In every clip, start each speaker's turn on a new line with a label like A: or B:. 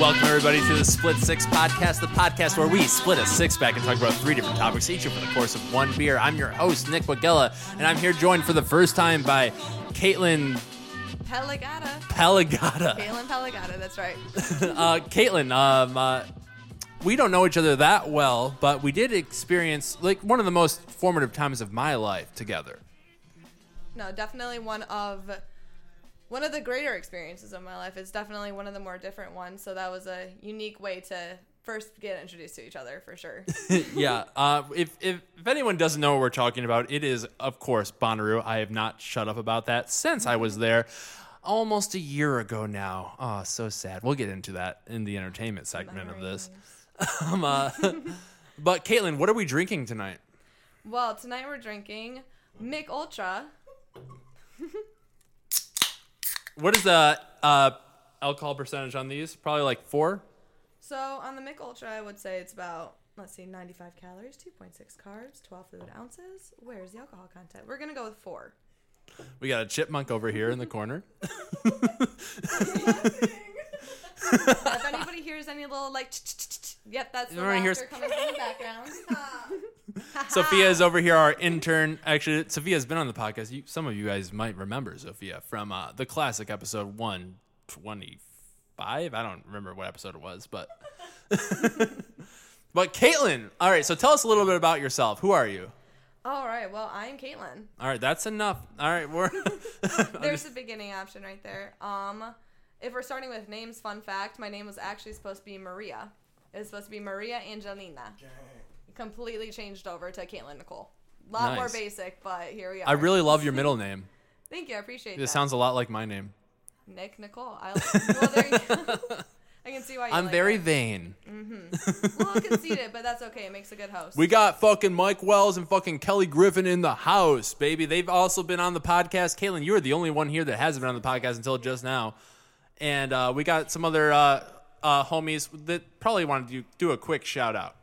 A: Welcome, everybody, to the Split Six Podcast, the podcast where we split a six pack and talk about three different topics, each over the course of one beer. I'm your host, Nick Wagella, and I'm here joined for the first time by Caitlin
B: Pelagata.
A: Pelagata.
B: Galen Pelagata, that's right.
A: Uh, Caitlin, um, uh, we don't know each other that well, but we did experience like one of the most formative times of my life together.
B: No, definitely one of one of the greater experiences of my life. It's definitely one of the more different ones, so that was a unique way to first get introduced to each other for sure.
A: yeah. Uh, if, if if anyone doesn't know what we're talking about, it is of course Bonnaroo. I have not shut up about that since I was there, almost a year ago now. Oh, so sad. We'll get into that in the entertainment segment of this. um, uh, but Caitlin, what are we drinking tonight?
B: well, tonight we're drinking Mick Ultra.
A: What is the uh, alcohol percentage on these? Probably like four.
B: So on the Mick Ultra, I would say it's about let's see, 95 calories, 2.6 carbs, 12 fluid ounces. Where's the alcohol content? We're gonna go with four.
A: We got a chipmunk over here in the corner.
B: if anybody hears any little like, yep, that's the
A: Everybody
B: laughter
A: hears-
B: coming from the background.
A: Sophia is over here, our intern. Actually, Sophia's been on the podcast. You, some of you guys might remember Sophia from uh, the classic episode 125. I don't remember what episode it was, but. but Caitlin, all right, so tell us a little bit about yourself. Who are you?
B: All right, well, I'm Caitlin.
A: All right, that's enough. All right, we're.
B: There's the beginning option right there. Um, if we're starting with names, fun fact: my name was actually supposed to be Maria. It was supposed to be Maria Angelina. Completely changed over to Caitlin Nicole. A lot more
A: Nice.
B: basic, but here we are.
A: I really love your middle name.
B: thank you. I appreciate
A: It
B: that.
A: sounds a lot like my name.
B: Nick Nicole. I, well, there you go. I can see why. You
A: I'm
B: like
A: very
B: that.
A: vain.
B: a little conceited, but that's okay. It makes a good host.
A: We got fucking Mike Wells and fucking Kelly Griffin in the house, baby. They've also been on the podcast. Caitlin, you are the only one here that hasn't been on the podcast until just now. And uh, we got some other uh, uh, homies that probably wanted to do a quick shout out.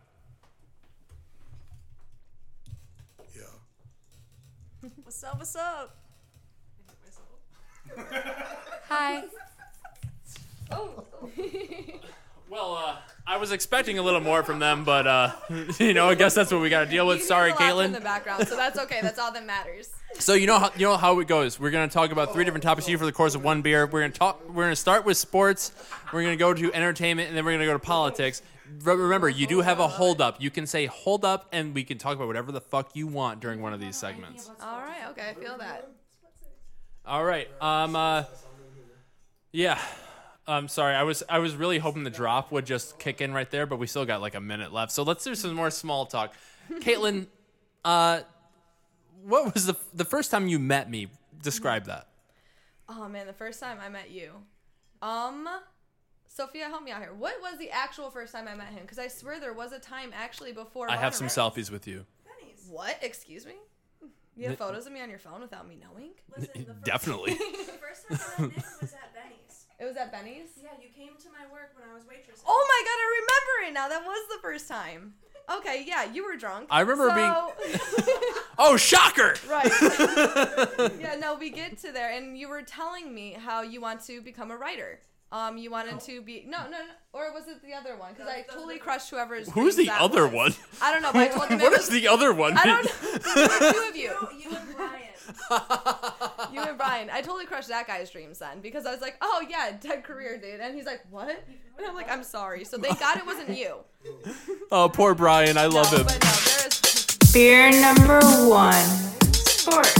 C: Yeah.
B: what's up? What's up?
D: Hi.
B: Oh.
A: Well, uh, I was expecting a little more from them, but uh, you know, I guess that's what we got to deal with.
B: You
A: Sorry,
B: hear the laugh in the
A: Caitlin.
B: background, so that's okay. That's all that matters.
A: So you know how you know how it goes. We're gonna talk about three different topics here for the course of one beer. We're gonna talk. We're gonna start with sports. We're gonna go to entertainment, and then we're gonna go to politics. Re- remember, you do have a hold up. You can say hold up, and we can talk about whatever the fuck you want during one of these segments.
B: All right. Okay. I feel that.
A: All right. Um. Uh, yeah. I'm sorry. I was I was really hoping the drop would just kick in right there, but we still got like a minute left. So let's do some more small talk. Caitlin, uh, what was the the first time you met me? Describe that.
B: Oh man, the first time I met you. Um Sophia, help me out here. What was the actual first time I met him? Because I swear there was a time actually before.
A: I have some
B: Monterey.
A: selfies with you.
B: What? Excuse me? You
A: N-
B: have photos of me on your phone without me knowing?
E: Listen, the first,
A: Definitely.
E: The first time I met Nick was at Benny's.
B: It was at Benny's?
E: Yeah, you came to my work when I was waitressing.
B: Oh my god, I remember it now. That was the first time. Okay, yeah, you were drunk.
A: I remember
B: so... being
A: Oh, shocker!
B: Right. yeah, no, we get to there and you were telling me how you want to become a writer. Um, you wanted to be no, no, no, or was it the other one? Because I totally crushed whoever's.
A: Who's the
B: that
A: other
B: was.
A: one?
B: I don't know, but I told them it
A: What
B: was-
A: is the other one?
B: I don't know. two of you.
E: You, you and Brian.
B: You and Brian. I totally crushed that guy's dreams then because I was like, oh yeah, dead career, dude. And he's like, what? And I'm like, I'm sorry. So thank God it wasn't you.
A: Oh, poor Brian. I love
B: No,
A: him.
B: But no, there is.
D: Beer number one. Sport.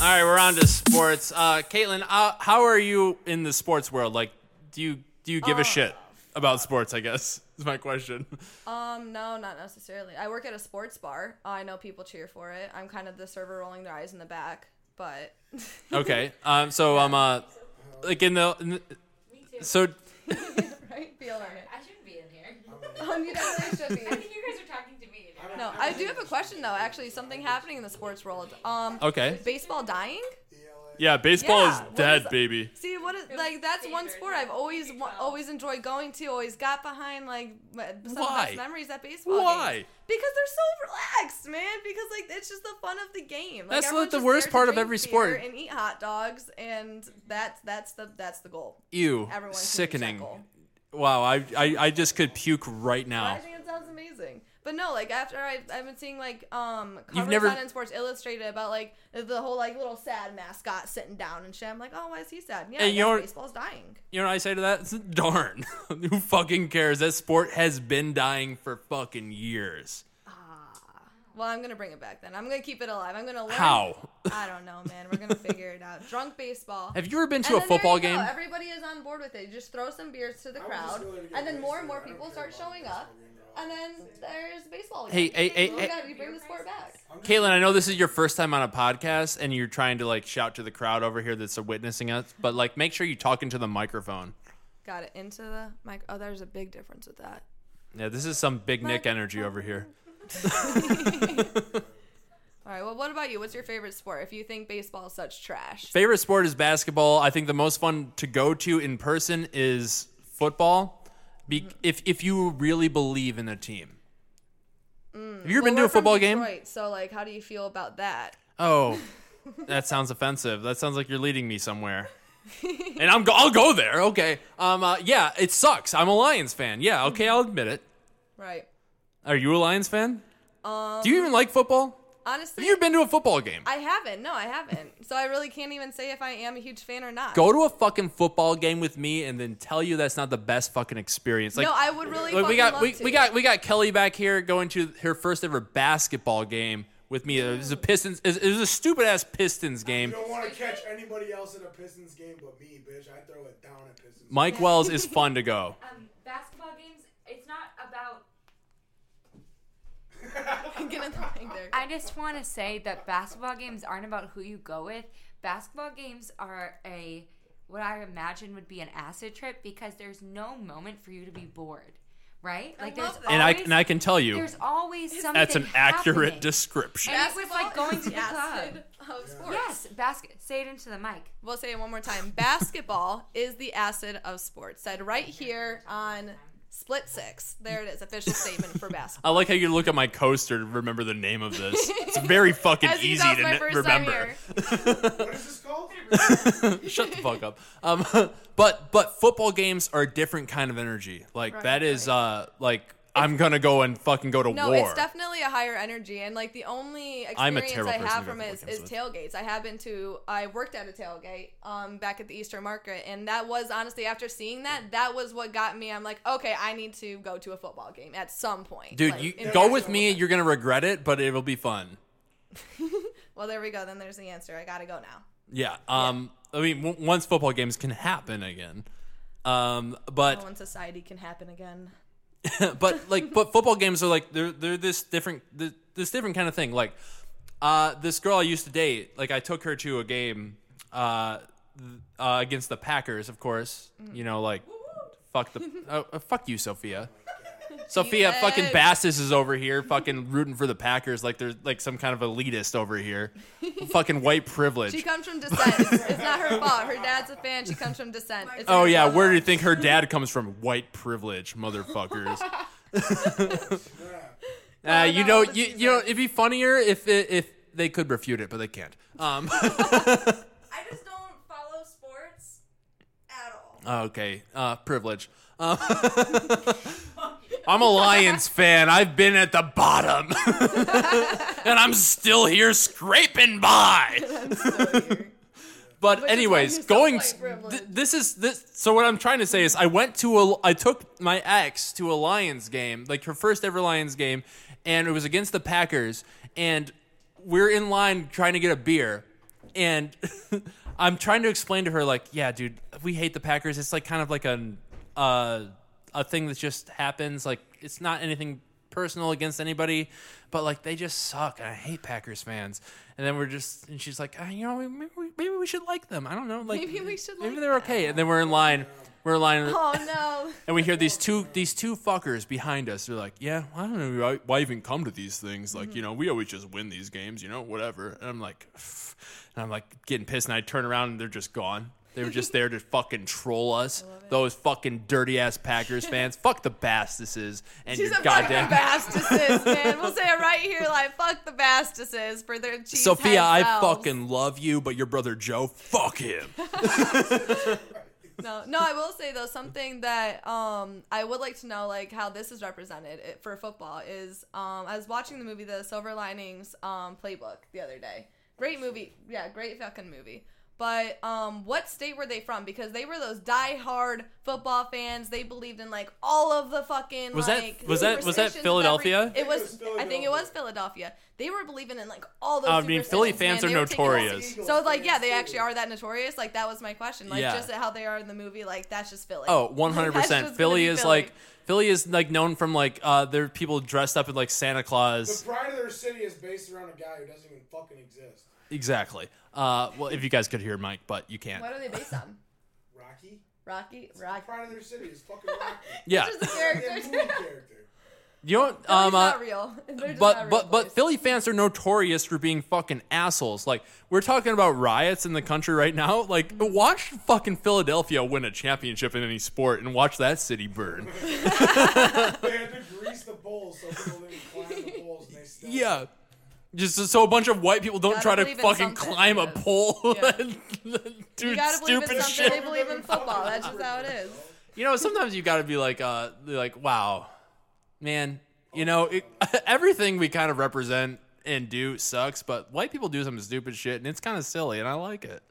A: All right, we're on to sports. Uh, Caitlin, uh, how are you in the sports world? Like, do you do you give
B: Uh,
A: a shit about sports? I guess is my question.
B: Um, no, not necessarily. I work at a sports bar. I know people cheer for it. I'm kind of the server rolling their eyes in the back, but.
A: Okay. Um. So um. Uh, like in the. In the so
B: right? Feel on it.
F: I shouldn't be in here.
B: Um, you know, they should
F: I
B: be.
F: think you guys are talking to me. now.
B: No, I do have a question though. Actually, something happening in the sports world. Um,
A: okay.
B: baseball dying.
A: Yeah, baseball
B: Yeah, what
A: is
B: is
A: dead,
B: that?
A: baby.
B: See, what is like that's one sport I've always wa- always enjoyed going to. Always got behind like my- some
A: Why?
B: of the best memories at baseball.
A: Why?
B: games. Because they're so relaxed, man. Because like it's just the fun of the game. Like,
A: That's
B: everyone's
A: what the
B: just
A: worst
B: there to
A: part of
B: drink
A: every
B: beer
A: sport.
B: And eat hot dogs, and that's that's the that's the goal.
A: Ew.
B: Everyone can reach that
A: sickening.
B: goal.
A: Wow, I, I, I just could puke right now.
B: I think it sounds amazing. But no, like after I, I've been seeing like um covers
A: You've never-
B: on in Sports Illustrated about like the whole like little sad mascot sitting down and shit. I'm like, oh, why is he sad? Yeah,
A: And
B: I
A: you
B: guess
A: know what-
B: baseball's dying.
A: You know what I say to that? Darn. Who fucking cares? That sport has been dying for fucking years.
B: Well, I'm gonna bring it back then. I'm gonna keep it alive. I'm gonna learn.
A: How?
B: I don't know, man. We're gonna figure it out. Drunk baseball.
A: Have you ever been to
B: And
A: a
B: then there
A: football
B: you go.
A: game?
B: Everybody is on board with it. You just throw some beers to the
C: I was just
B: crowd,
C: willing to get
B: and then
C: wasted.
B: more and more
C: I don't
B: people
C: care
B: start
C: about
B: showing
C: this
B: up,
C: fucking at all.
B: and then there's baseball.
A: Hey,
B: again.
A: hey, hey,
B: We
A: hey.
B: gotta bring the sport back.
C: I'm just-
A: Caitlin, I know this is your first time on a podcast and you're trying to like shout to the crowd over here that's witnessing us, but like make sure you talk into the microphone.
B: Got it into the mic. Oh, there's a big difference with that.
A: Yeah, this is some big Nick energy over here.
B: All right. Well, what about you? What's your favorite sport? If you think baseball is such trash,
A: Favorite sport is basketball. I think the most fun to go to in person is football. Be- if if you really believe in a team.
B: Mm.
A: Have you ever been to a football game?
B: So, like, how do you feel about that?
A: Oh, that sounds offensive. That sounds like you're leading me somewhere. and I'm go- I'll go there. Okay. Um. Uh, yeah. It sucks. I'm a Lions fan. Yeah. Okay. I'll admit it.
B: Right.
A: Are you a Lions fan? Um, Do you even like football?
B: Honestly,
A: Have you been to a football game?
B: I haven't. No, I haven't. So I really can't even say if I am a huge fan or not.
A: go to a fucking football game with me and then tell you that's not the best fucking experience. Like,
B: no, I would really.
A: like, we
B: fucking
A: got
B: love
A: we,
B: to.
A: we got we got Kelly back here going to her first ever basketball game with me. It was a Pistons. It was a stupid ass Pistons
C: You
A: game.
C: don't want to catch anybody else in a Pistons game but me, bitch. I throw it down at Pistons.
A: Mike Wells is fun to go.
F: Um, basketball games. It's not about.
B: Get in the mic there.
F: I just want to say that basketball games aren't about who you go with. Basketball games are a what I imagine would be an acid trip because there's no moment for you to be bored, right? Like there's
B: love that.
A: And I
F: always,
A: and I can tell you
F: there's always something.
A: that's an accurate
F: happening.
A: description.
F: And it was like
B: Basketball
F: going
B: is
F: to the
B: the
F: club.
B: acid Of sports.
F: Yes, basket. Say it into the mic.
B: We'll say it one more time. Basketball is the acid of sports. Said right here on Split Six. There it is. Official statement for basketball.
A: I like how you look at my coaster to remember the name of this. It's very fucking
B: As you
A: easy
B: know, it's
A: to
B: my
A: ne-
B: first time
A: remember.
C: What is this called?
A: Shut the fuck up. Um, but but football games are a different kind of energy. Like that is uh like I'm gonna go and fucking go to
B: No,
A: war.
B: it's definitely a higher energy, and like the only
A: I'm a
B: experience
A: terrible
B: I
A: person
B: have
A: to go
B: from
A: to
B: it is, is
A: football
B: tailgates. I have been to, I worked at a tailgate um back at the Eastern Market, and that was honestly after seeing that, that was what got me. I'm like, okay, I need to go to a football game at some point,
A: Dude,
B: Like,
A: you
B: in
A: go
B: my-
A: with me. You're gonna regret it, but it'll be fun.
B: Well, there we go. Then there's the answer. I gotta go now.
A: Yeah. Um. I mean, w- once football games can happen again. Um. But
B: Well, when society can happen again.
A: but like but football games are like they're they're this different th- this different kind of thing like uh this girl i used to date like i took her to a game uh, th- uh against the packers of course you know like fuck the oh, uh, fuck you sophia sophia
B: Yes.
A: fucking bassis is over here fucking rooting for the packers like they're like some kind of elitist over here fucking white privilege
B: She comes from descent. It's, it's not her fault. Her dad's a fan. She comes from descent. It's
A: Oh
B: her
A: yeah,
B: fault.
A: where do you think her dad comes from? White privilege, motherfuckers. uh, you know, you, you know, it'd be funnier if it, if they could refute it, but they can't. Um,
E: I just don't follow sports at all.
A: okay, uh, privilege. Uh, I'm a Lions fan. I've been at the bottom, and I'm still here scraping by. But
B: Which is why
A: anyways,
B: you're so
A: going.
B: white
A: s- Th-
B: privileged.
A: this is this. So what I'm trying to say is, I went to a. I took my ex to a Lions game, like her first ever Lions game, and it was against the Packers. And we're in line trying to get a beer, and I'm trying to explain to her, like, yeah, dude, we hate the Packers. It's like kind of like a, uh, a thing that just happens. Like it's not anything personal against anybody, but like they just suck, and I hate Packers fans. And then we're just, and she's like, ah, you know, we- maybe we, maybe we should like them. I don't know, like
B: Maybe we should
A: maybe
B: like
A: they're okay. And then we're in line, we're in line,
B: Oh no.
A: and we hear these two these two fuckers behind us. They're like, yeah, I don't know why, why even come to these things. Like, you know, we always just win these games, you know, whatever. And I'm like, "Pff." and I'm like getting pissed, and I turn around and they're just gone. They were just there to fucking troll us. Those fucking dirty ass Packers fans. Fuck the Bastises and
B: She's
A: your
B: a
A: goddamn
B: fucking Bastises, man. We'll say it right here, like fuck the Bastises for their cheese.
A: Sophia, I
B: themselves.
A: fucking love you, but your brother Joe, fuck him.
B: No, no, I will say though something that um I would like to know like how this is represented it- for football is um I was watching the movie The Silver Linings um Playbook the other day. Great movie. Yeah, great fucking movie. But um what state were they from because they were those die-hard football fans. They believed in like all of the fucking
A: Was that-
B: like,
A: was that- was that
B: superstitions of
A: Philadelphia?
B: every- it
C: I
B: was
C: think it
B: I
C: was
B: think it was Philadelphia. They were believing in like all those
A: I mean, Philly
B: superstitions,
A: fans are
B: man. They were taking-
A: notorious.
B: so like yeah, they actually are that notorious. Like that was my question. Like
A: Yeah.
B: just how they are in the movie, like that's just Philly.
A: Oh, 100
B: That's just
A: percent.
B: gonna
A: Philly
B: be
A: is
B: Philly.
A: like Philly is like known from like uh there are people dressed up in like Santa
C: The
A: Claus.
C: pride of their city is based around a guy who doesn't even fucking exist.
A: Exactly. Uh well if you guys could hear Mike, but you can't.
B: What are they based on?
C: Rocky?
B: Rocky,
C: The
B: Rocky.
C: pride of their city is fucking Rocky.
A: Yeah.
B: Just the
C: Goddamn
B: characters.
C: movie
B: Philly's
C: character.
A: You don't um uh,
B: not real. They're just not
A: but
B: real
A: but but
B: boys.
A: Philly fans are notorious for being fucking assholes. Like we're talking about riots in the country right now. Like watch fucking Philadelphia win a championship in any sport and watch that city burn.
C: They had to grease the bowls so people didn't climb the bowls and they still
A: yeah. Just so a bunch of white people don't
B: Gotta
A: try to
B: believe in
A: fucking
B: something,
A: climb a
B: yes.
A: pole
B: Yeah.
A: and do
B: You gotta believe in
A: stupid
B: something.
A: shit.
B: They believe in football. That's just how it is.
A: You know, sometimes you got to be like, uh, like, wow, man. You know, it, everything we kind of represent and do sucks, but white people do some stupid shit, and it's kind of silly, and I like it.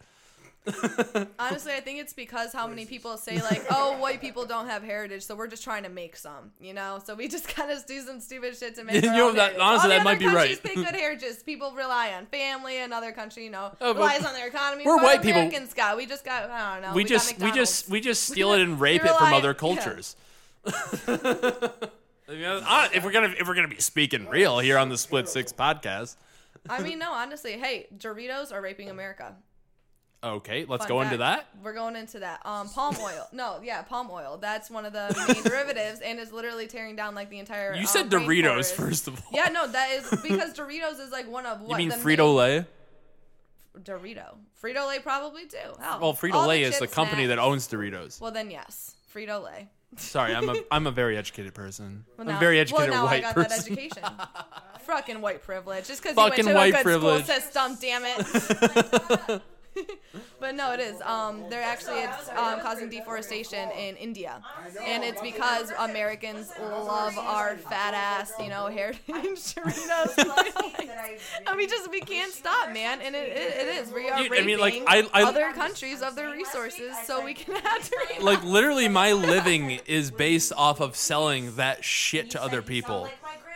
B: Honestly, I think it's because how many people say like, "Oh, white people don't have heritage, so we're just trying to make some," you know. So we just kind of do some stupid shit to make.
A: You
B: our
A: know,
B: own
A: that-
B: heritage.
A: honestly,
B: All
A: that
B: the
A: might
B: other
A: be right.
B: countries Take good heritages. People rely on family. Another country, you know,
A: Oh, but
B: relies on their economy.
A: we're
B: What
A: white people.
B: Americans got Oh, we just got. I don't know.
A: we
B: got
A: just, we just,
B: McDonald's.
A: we just steal it and rape
B: We
A: it from
B: rely-
A: other
B: yeah.
A: cultures. You know, hon- if we're gonna, if we're gonna be speaking real here on the Split Six podcast,
B: I mean, no, honestly, hey, Doritos are raping America.
A: okay, let's
B: Fun
A: go into that.
B: fact. We're going into that. Um, palm oil. No, yeah, palm oil. That's one of the main derivatives, and is literally tearing down like the entire.
A: You
B: um,
A: said Doritos
B: rainforest.
A: first of all.
B: Yeah, no, that is because Doritos is like one of what
A: you mean
B: the
A: Frito
B: main-
A: Lay?
B: Dorito, Frito Lay probably too. Hell,
A: Well, Frito
B: all
A: Lay is the
B: chips
A: company that
B: snacks.
A: owns Doritos.
B: Well, then yes, Frito Lay.
A: Sorry, I'm a I'm a very educated person.
B: Well,
A: I'm
B: now-
A: a very educated
B: well, now
A: white
B: I got
A: person.
B: that education. Fucking white privilege. Just because you went
A: Fucking
B: to a
A: white
B: good
A: privilege.
B: school system, damn it. but no, it is. Um, they're actually it's um, causing deforestation in India, and it's because Americans love our fat ass, you know, heritage Doritos. Oh I mean, just we can't stop, man, and it, it, it is. We are
A: Dude,
B: raping
A: I mean, like, I- I-
B: other countries of their resources, so we can have Doritos.
A: like literally, my living is based off of selling that shit to other people.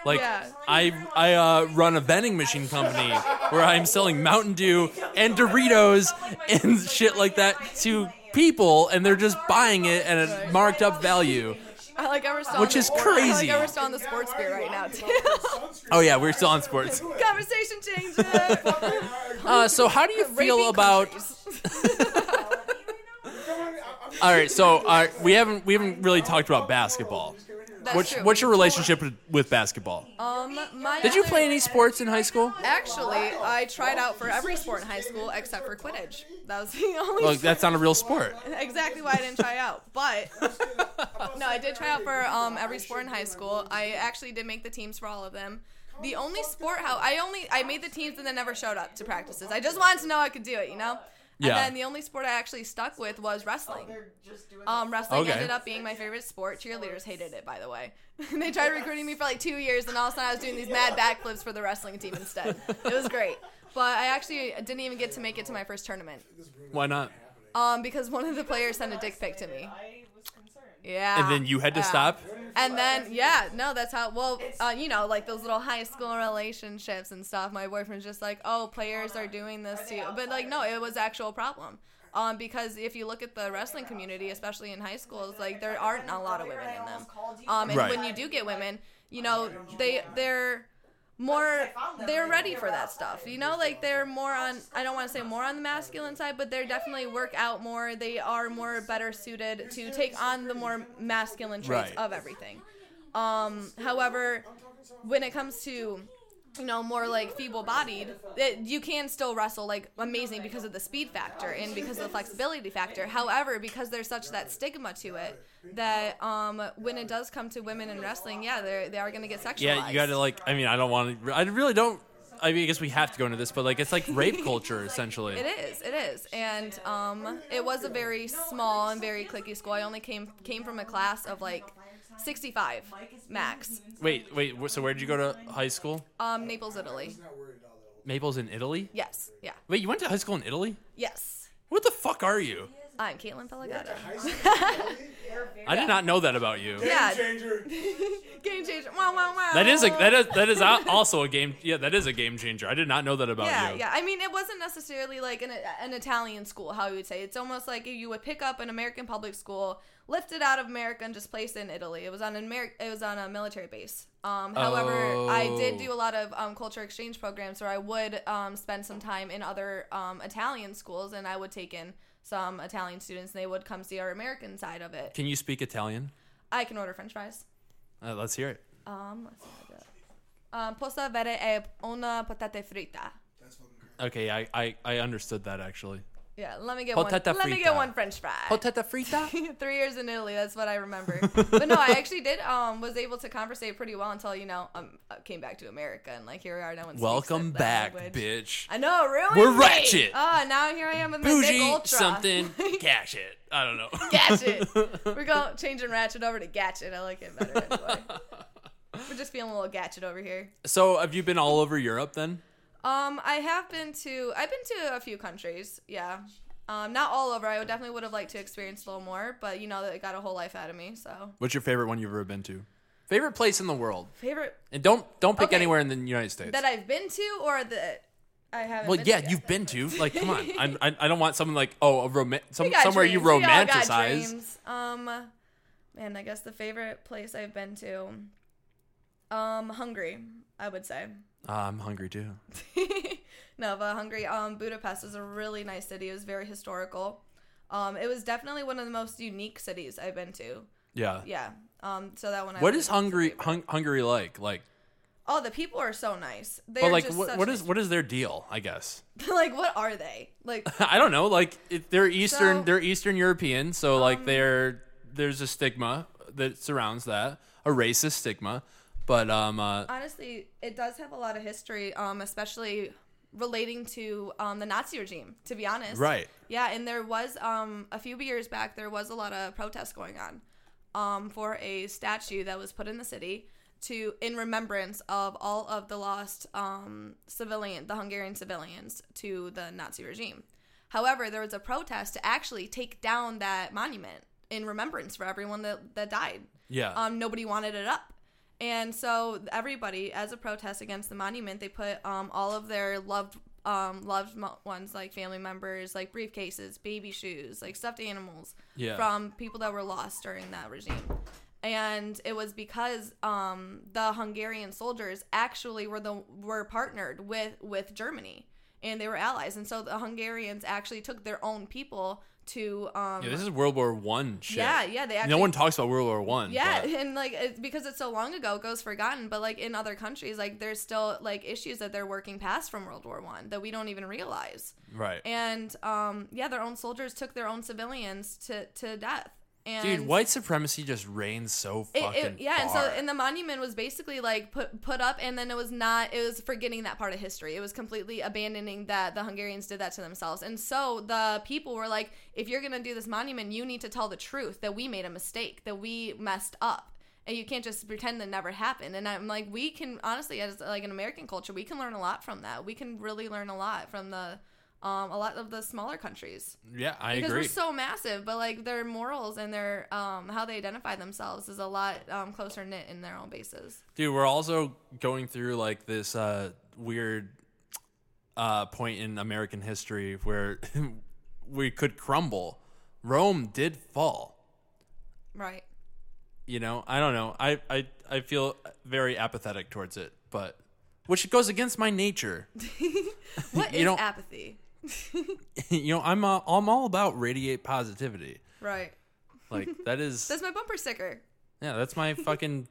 A: Like
B: Yeah.
A: I I uh, run a vending machine company where I'm selling Mountain Dew and Doritos and shit like that to people, and they're just buying it at a marked up value.
B: I like how we're still
A: Which
B: on
A: is
B: the- I like
A: crazy.
B: how we're still on the
C: Yeah,
B: sports
C: why
B: beer
C: are you
B: right now
C: lying
B: too.
C: about that sunscreen?
A: Oh, yeah, we're still on sports.
C: Do it.
B: Conversation changer.
C: Fucking hard.
A: Uh, so how do you feel
B: Raping
A: about?
B: countries.
C: Come on, I- I'm just
A: All right, so uh, we haven't we haven't really talked about basketball.
C: Just give it here.
B: That's
A: What's
B: true.
A: what's your relationship with- with basketball?
B: Um, my
A: Did you
B: other-
A: play any sports in high school?
B: Actually, I tried out for every sport in high school except for Quidditch. That was the only.
A: Look, that's not a real sport.
B: exactly why I didn't try out. But no, I did try out for um, every sport in high school. I actually did make the teams for all of them. The only sport how I only I made the teams and then never showed up to practices. I just wanted to know I could do it, you know.
A: Yeah.
B: And then the only sport I actually stuck with was wrestling. Um, wrestling
A: Okay.
B: ended up being my favorite sport. Cheerleaders hated it, by the way. they tried recruiting me for like two years, and all of a sudden I was doing these mad backflips for the wrestling team instead. It was great. But I actually didn't even get to make it to my first tournament.
A: Why not?
B: Um, because one of the players sent a dick pic to me.
E: I was concerned.
B: Yeah.
A: And then you had to
B: Yeah.
A: stop.
B: And then yeah, no, that's how. Well, uh, you know, like those little high school relationships and stuff. My boyfriend's just like, oh, players are doing this to you, but like, no, it was actual problem. Um, because if you look at the wrestling community, especially in high schools, like there aren't a lot of women in them. Um, and
A: Right.
B: when you do get women, you know, they they're more they're ready for that stuff you know like they're more on i don't want to say more on the masculine side but they're definitely work out more they are more better suited to take on the more masculine traits
A: Right.
B: of everything um however when it comes to you know more like feeble bodied that you can still wrestle like amazing because of the speed factor and because of the flexibility factor however because there's such that stigma to it that um when it does come to women in wrestling yeah they they are going to get sexualized
A: Yeah, you got to like. I mean, I don't want to. I really don't. I mean, I guess we have to go into this, but like it's like rape culture essentially.
B: It is. It is. And um, it was a very small and very clicky school. I only came came from a class of like 65 max.
A: Wait, wait. wh- So where did you go to high school?
B: Um, Naples, Italy.
C: He's not worried about that.
A: Maples in Italy.
B: Yes. Yeah.
A: Wait, you went to high school in Italy?
B: Yes.
A: What the fuck are you?
B: I'm Caitlin Pellegato.
C: High school.
A: I did not know that about you.
B: Yeah.
C: Game changer.
B: Game changer. Wow, wow, wow.
A: That is a that is that is al- also a game. Yeah, that is a game changer. I did not know that about
B: yeah,
A: you.
B: yeah. I mean, it wasn't necessarily like an, an Italian school, how you would say. It's almost like you would pick up an American public school, lift it out of America, and just place it in Italy. It was on an Ameri- It was on a military base. Um, however, I did
A: Oh.
B: do a lot of um, culture exchange programs where I would um, spend some time in other um, Italian schools, and I would take in some Italian students, and they would come see our American side of it.
A: Can you speak Italian?
B: I can order French fries.
A: Uh, let's hear it.
B: Um, let's see what I got. um, posso avere eh, una patata fritta?
C: That's fucking crazy.
A: Okay, I I, I understood that actually.
B: Yeah, let me get
A: Potata
B: one. Let me get
A: fritta.
B: one French fry.
A: Potata frita.
B: Three years in Italy, that's what I remember. but no, I actually did um was able to conversate pretty well until you know um I came back to America and like here we are. No one. speaks
A: Welcome
B: that
A: back,
B: language.
A: bitch.
B: I know, really.
A: We're ratchet.
B: Oh, now here I am with my big
A: Bougie
B: ultra.
A: something. Cash it. I don't know.
B: Gatchet. We're going changing ratchet over to gatchet. I like it better anyway. We're just feeling a little gatchet over here.
A: So have you been all over Europe then?
B: Um, I have been to I've been to a few countries, yeah. Um, not all over. I would definitely would have liked to experience a little more, but you know that it got a whole life out of me. So
A: What's your favorite one you've ever been to? Favorite place in the world,
B: favorite
A: and don't don't pick
B: Okay.
A: anywhere in the United States.
B: that I've been to or that I haven't.
A: well,
B: been
A: yeah,
B: to yet?
A: you've been to like, come on, I'm, I I don't want someone like oh a rom- some,
B: We got
A: somewhere you
B: dreams. We all got
A: romanticize.
B: dreams. Um, man, I guess the favorite place I've been to, um, Hungary. I would say.
A: Uh, I'm hungry too.
B: no, but Hungary. Um, Budapest is a really nice city. It was very historical. Um, it was definitely one of the most unique cities I've been to.
A: Yeah.
B: Yeah. Um. So that one. I
A: What
B: would
A: is
B: say a
A: Hungary
B: favorite.
A: hung, Hungary like? Like,
B: Oh, the people are so nice. They're
A: but like,
B: just
A: what,
B: such
A: what
B: nice
A: is what is their deal? I guess
B: like what are they like?
A: I don't know. Like, it, they're Eastern.
B: So- Um,
A: they're Eastern European. So like, they're there's a stigma that surrounds that, a racist stigma. But um, uh,
B: honestly, it does have a lot of history, um, especially relating to um, the Nazi regime. To be honest,
A: Right.
B: Yeah, and there was um, a few years back there was a lot of protests going on um, for a statue that was put in the city to in remembrance of all of the lost um, civilian, the Hungarian civilians to the Nazi regime. However, there was a protest to actually take down that monument in remembrance for everyone that, that died.
A: yeah,
B: Um, nobody wanted it up. And so everybody, as a protest against the monument, they put um, all of their loved um, loved mo- ones, like family members, like briefcases, baby shoes, like stuffed animals,
A: Yeah.
B: from people that were lost during that regime. And it was because um, the Hungarian soldiers actually were the were partnered with with Germany, and they were allies. And so the Hungarians actually took their own people to um,
A: yeah. This is World War One shit.
B: yeah, yeah, they
A: no
B: actually-
A: one talks about World War One.
B: yeah,
A: but-
B: and like it's because it's so long ago, it goes forgotten. But like in other countries, like there's still like issues that they're working past from World War One that we don't even realize.
A: right.
B: And um, yeah, their own soldiers took their own civilians to to death. And
A: Dude, white supremacy just reigns so
B: it-
A: fucking
B: it- yeah, and so
A: far.
B: and the monument was basically like put put up, and then it was not. It was forgetting that part of history. It was completely abandoning that the Hungarians did that to themselves, and so the people were like, if you're gonna do this monument, you need to tell the truth that we made a mistake, that we messed up, and you can't just pretend that never happened. And I'm like, we can honestly, as like an American culture, we can learn a lot from that. We can really learn a lot from the um, a lot of the smaller countries
A: yeah, I
B: because
A: agree.
B: we're so massive, but like their morals and their um how they identify themselves is a lot um closer knit in their own bases.
A: Dude, we're also going through like this uh, weird uh, point in American history where we could crumble. Rome did fall.
B: Right.
A: You know, I don't know. I, I, I feel very apathetic towards it, but which goes against my nature.
B: What
A: You
B: is
A: don't-
B: apathy?
A: you know, I'm uh, I'm all about radiate positivity.
B: Right.
A: Like that is
B: That's my bumper sticker.
A: yeah, that's my fucking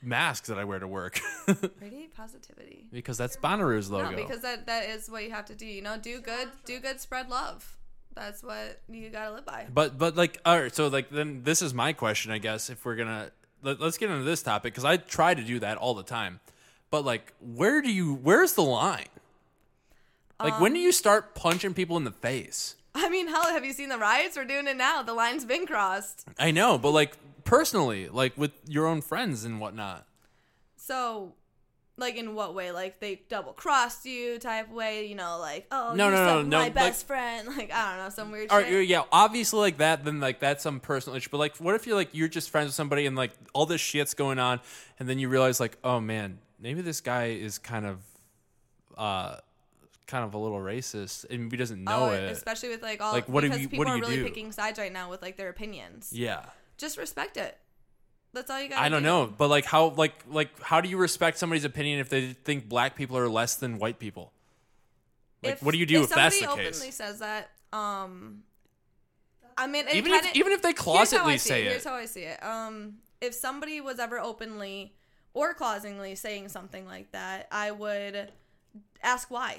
A: mask that I wear to work
B: Radiate positivity.
A: because that's Bonnaroo's logo.
B: No, because that that is what you have to do. You know, do good, do good, spread love. That's what you gotta live by.
A: But but like all right, so like then this is my question, I guess. If we're gonna let, us get into this topic because I try to do that all the time. But like, where do you? Where's the line? Like, when do you start punching people in the face?
B: I mean, hell, have you seen the riots? We're doing it now. The line's been crossed.
A: I know, but like personally, like with your own friends and whatnot.
B: So, like, in what way? Like, they double crossed you type way? You know, like, oh,
A: No,
B: you
A: no, no,
B: suck
A: no,
B: my
A: like-
B: best friend. Like, I don't know, some weird
A: All
B: shit.
A: right, yeah, obviously like that. Then like that's some personal issue. But like, what if you're like you're just friends with somebody and like all this shit's going on, and then you realize like, oh man, maybe this guy is kind of, uh, kind of a little racist, and he doesn't know
B: Oh,
A: it.
B: especially with like all
A: Like, what do
B: because
A: you-
B: people
A: what do
B: are
A: you
B: really
A: do?
B: picking sides right now with like their opinions.
A: yeah,
B: Just respect it. That's all you got.
A: I don't know, but like how like like how do you respect somebody's opinion if they think black people are less than white people? Like, what do you do if, that's the
B: somebody
A: case?
B: openly says that, um, I mean, it
A: even
B: kinda-
A: if even if they
B: Here's how I
A: closetly
B: see
A: say
B: Here's
A: it,
B: how I see it. Um, if somebody was ever openly or closetingly saying something like that, I would ask why.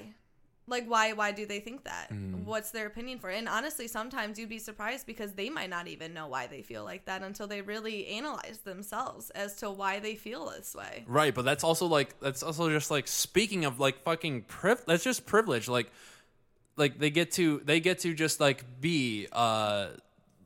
B: Like why why do they think that?
A: Mm.
B: What's their opinion for it? And honestly, sometimes you'd be surprised because they might not even know why they feel like that until they really analyze themselves as to why they feel this way.
A: right? But that's also like that's also just like speaking of like fucking priv- that's just privilege. Like, like they get to they get to just like be uh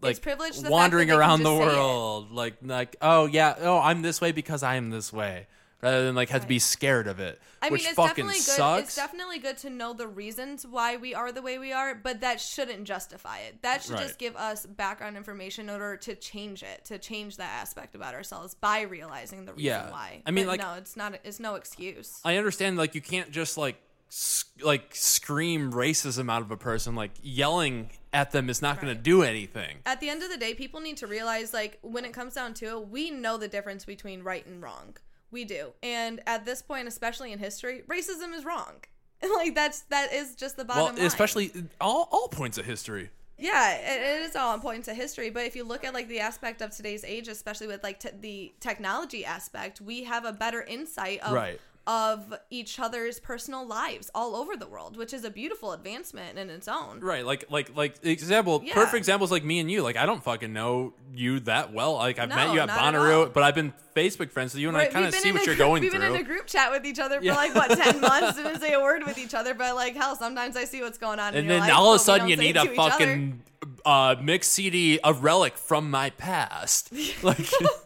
A: like
B: privilege the fact
A: wandering
B: that they can
A: around
B: just
A: the
B: say it.
A: world. Like like oh yeah oh I'm this way because I am this way, rather than like have to be scared of it,
B: I
A: which
B: mean, it's
A: fucking
B: definitely good.
A: sucks.
B: It's definitely good to know the reasons why we are the way we are, but that shouldn't justify it. That should
A: Right.
B: just give us background information in order to change it, to change that aspect about ourselves by realizing the reason
A: Yeah.
B: why.
A: I mean,
B: But
A: like-
B: no, it's not. It's no excuse.
A: I understand like you can't just like sc- like scream racism out of a person. Like yelling at them is not going to do anything.
B: At the end of the day, people need to realize, like, when it comes down to it, we know the difference between right and wrong. We do, and at this point, especially in history, racism is wrong. like that's that is just the bottom
A: Well,
B: line.
A: especially all all points of history.
B: Yeah, it, it is all important to history, but if you look at like the aspect of today's age, especially with like t- the technology aspect, we have a better insight of
A: Right.
B: of each other's personal lives all over the world, which is a beautiful advancement in its own.
A: Right, like like like example,
B: Yeah.
A: perfect examples like me and you. Like I don't fucking know you that well. Like I've met
B: No,
A: you at
B: not at all.
A: Bonnaroo, but I've been Facebook friends with you, and I
B: Right,
A: kind
B: we've
A: of
B: been
A: see
B: in
A: what
B: a
A: you're
B: group-
A: going
B: We've
A: through.
B: been in a group chat with each other for
A: Yeah.
B: like what ten months, didn't say a word with each other. But like hell, sometimes I see what's going on, in
A: and
B: your
A: then
B: life,
A: all of
B: but
A: a
B: we
A: sudden,
B: don't
A: you
B: say
A: need
B: it
A: a
B: to each other.
A: fucking uh, mixed CD, a relic from my past, like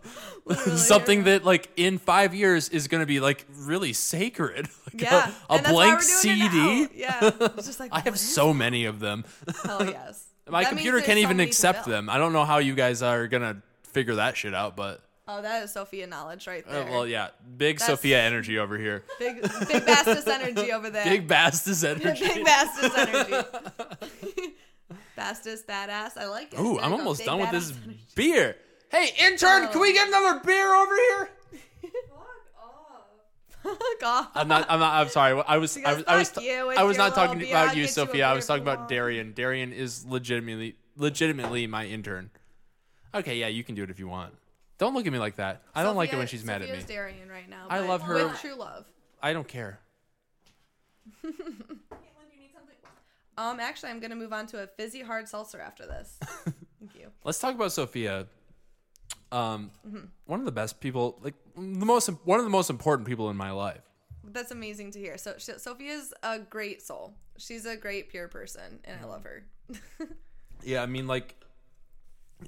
B: Literally,
A: something
B: you're-
A: that like in five years is going to be like really sacred. Like, a-
B: yeah,
A: a,
B: and that's why
A: blank
B: we're doing it
A: CD.
B: now. Yeah, it's just like
A: I
B: what
A: have
B: is
A: so many of them.
B: Hell yes.
A: My
B: That means
A: computer
B: there's
A: can't
B: so
A: even
B: many to
A: accept
B: fill.
A: them. I don't know how you guys are gonna figure that shit out, but
B: Oh, that is Sophia knowledge right
A: uh,
B: there.
A: well, yeah, big
B: That's-
A: Sophia energy over here.
B: Big big Bastus energy over there.
A: Big Bastus energy.
B: Big Bastus energy. Bastus badass. I like it.
A: Ooh,
B: There
A: I'm
B: you go.
A: almost
B: Big
A: done with
B: badass
A: this
B: energy.
A: beer. Hey, intern, can we get another beer over here?
B: Fuck off.
A: I'm not. I'm not. I'm sorry. I was.
B: She
A: I
B: goes,
A: was. I was,
B: "Fuck you with
A: I was
B: your
A: not talking about
B: little beer,
A: you,
B: I'll get you a
A: Sophia. I was
B: beer
A: talking about
B: belong."
A: Darian. Darian is legitimately, legitimately my intern. Okay, yeah, you can do it if you want. Don't look at me like that. I don't like it when she's mad at me.
B: Sophia's Darian right now.
A: I
B: but
A: love her.
B: With true love.
A: I don't care.
B: Um, actually, I'm gonna move on to a fizzy hard seltzer after this. Thank you.
A: Let's talk about Sophia. Um, one of the best people, like the most, one of the most important people in my life.
B: That's amazing to hear. So sh- Sophia's a great soul. She's a great pure person, and I
A: Mm.
B: love her.
A: Yeah, I mean, like,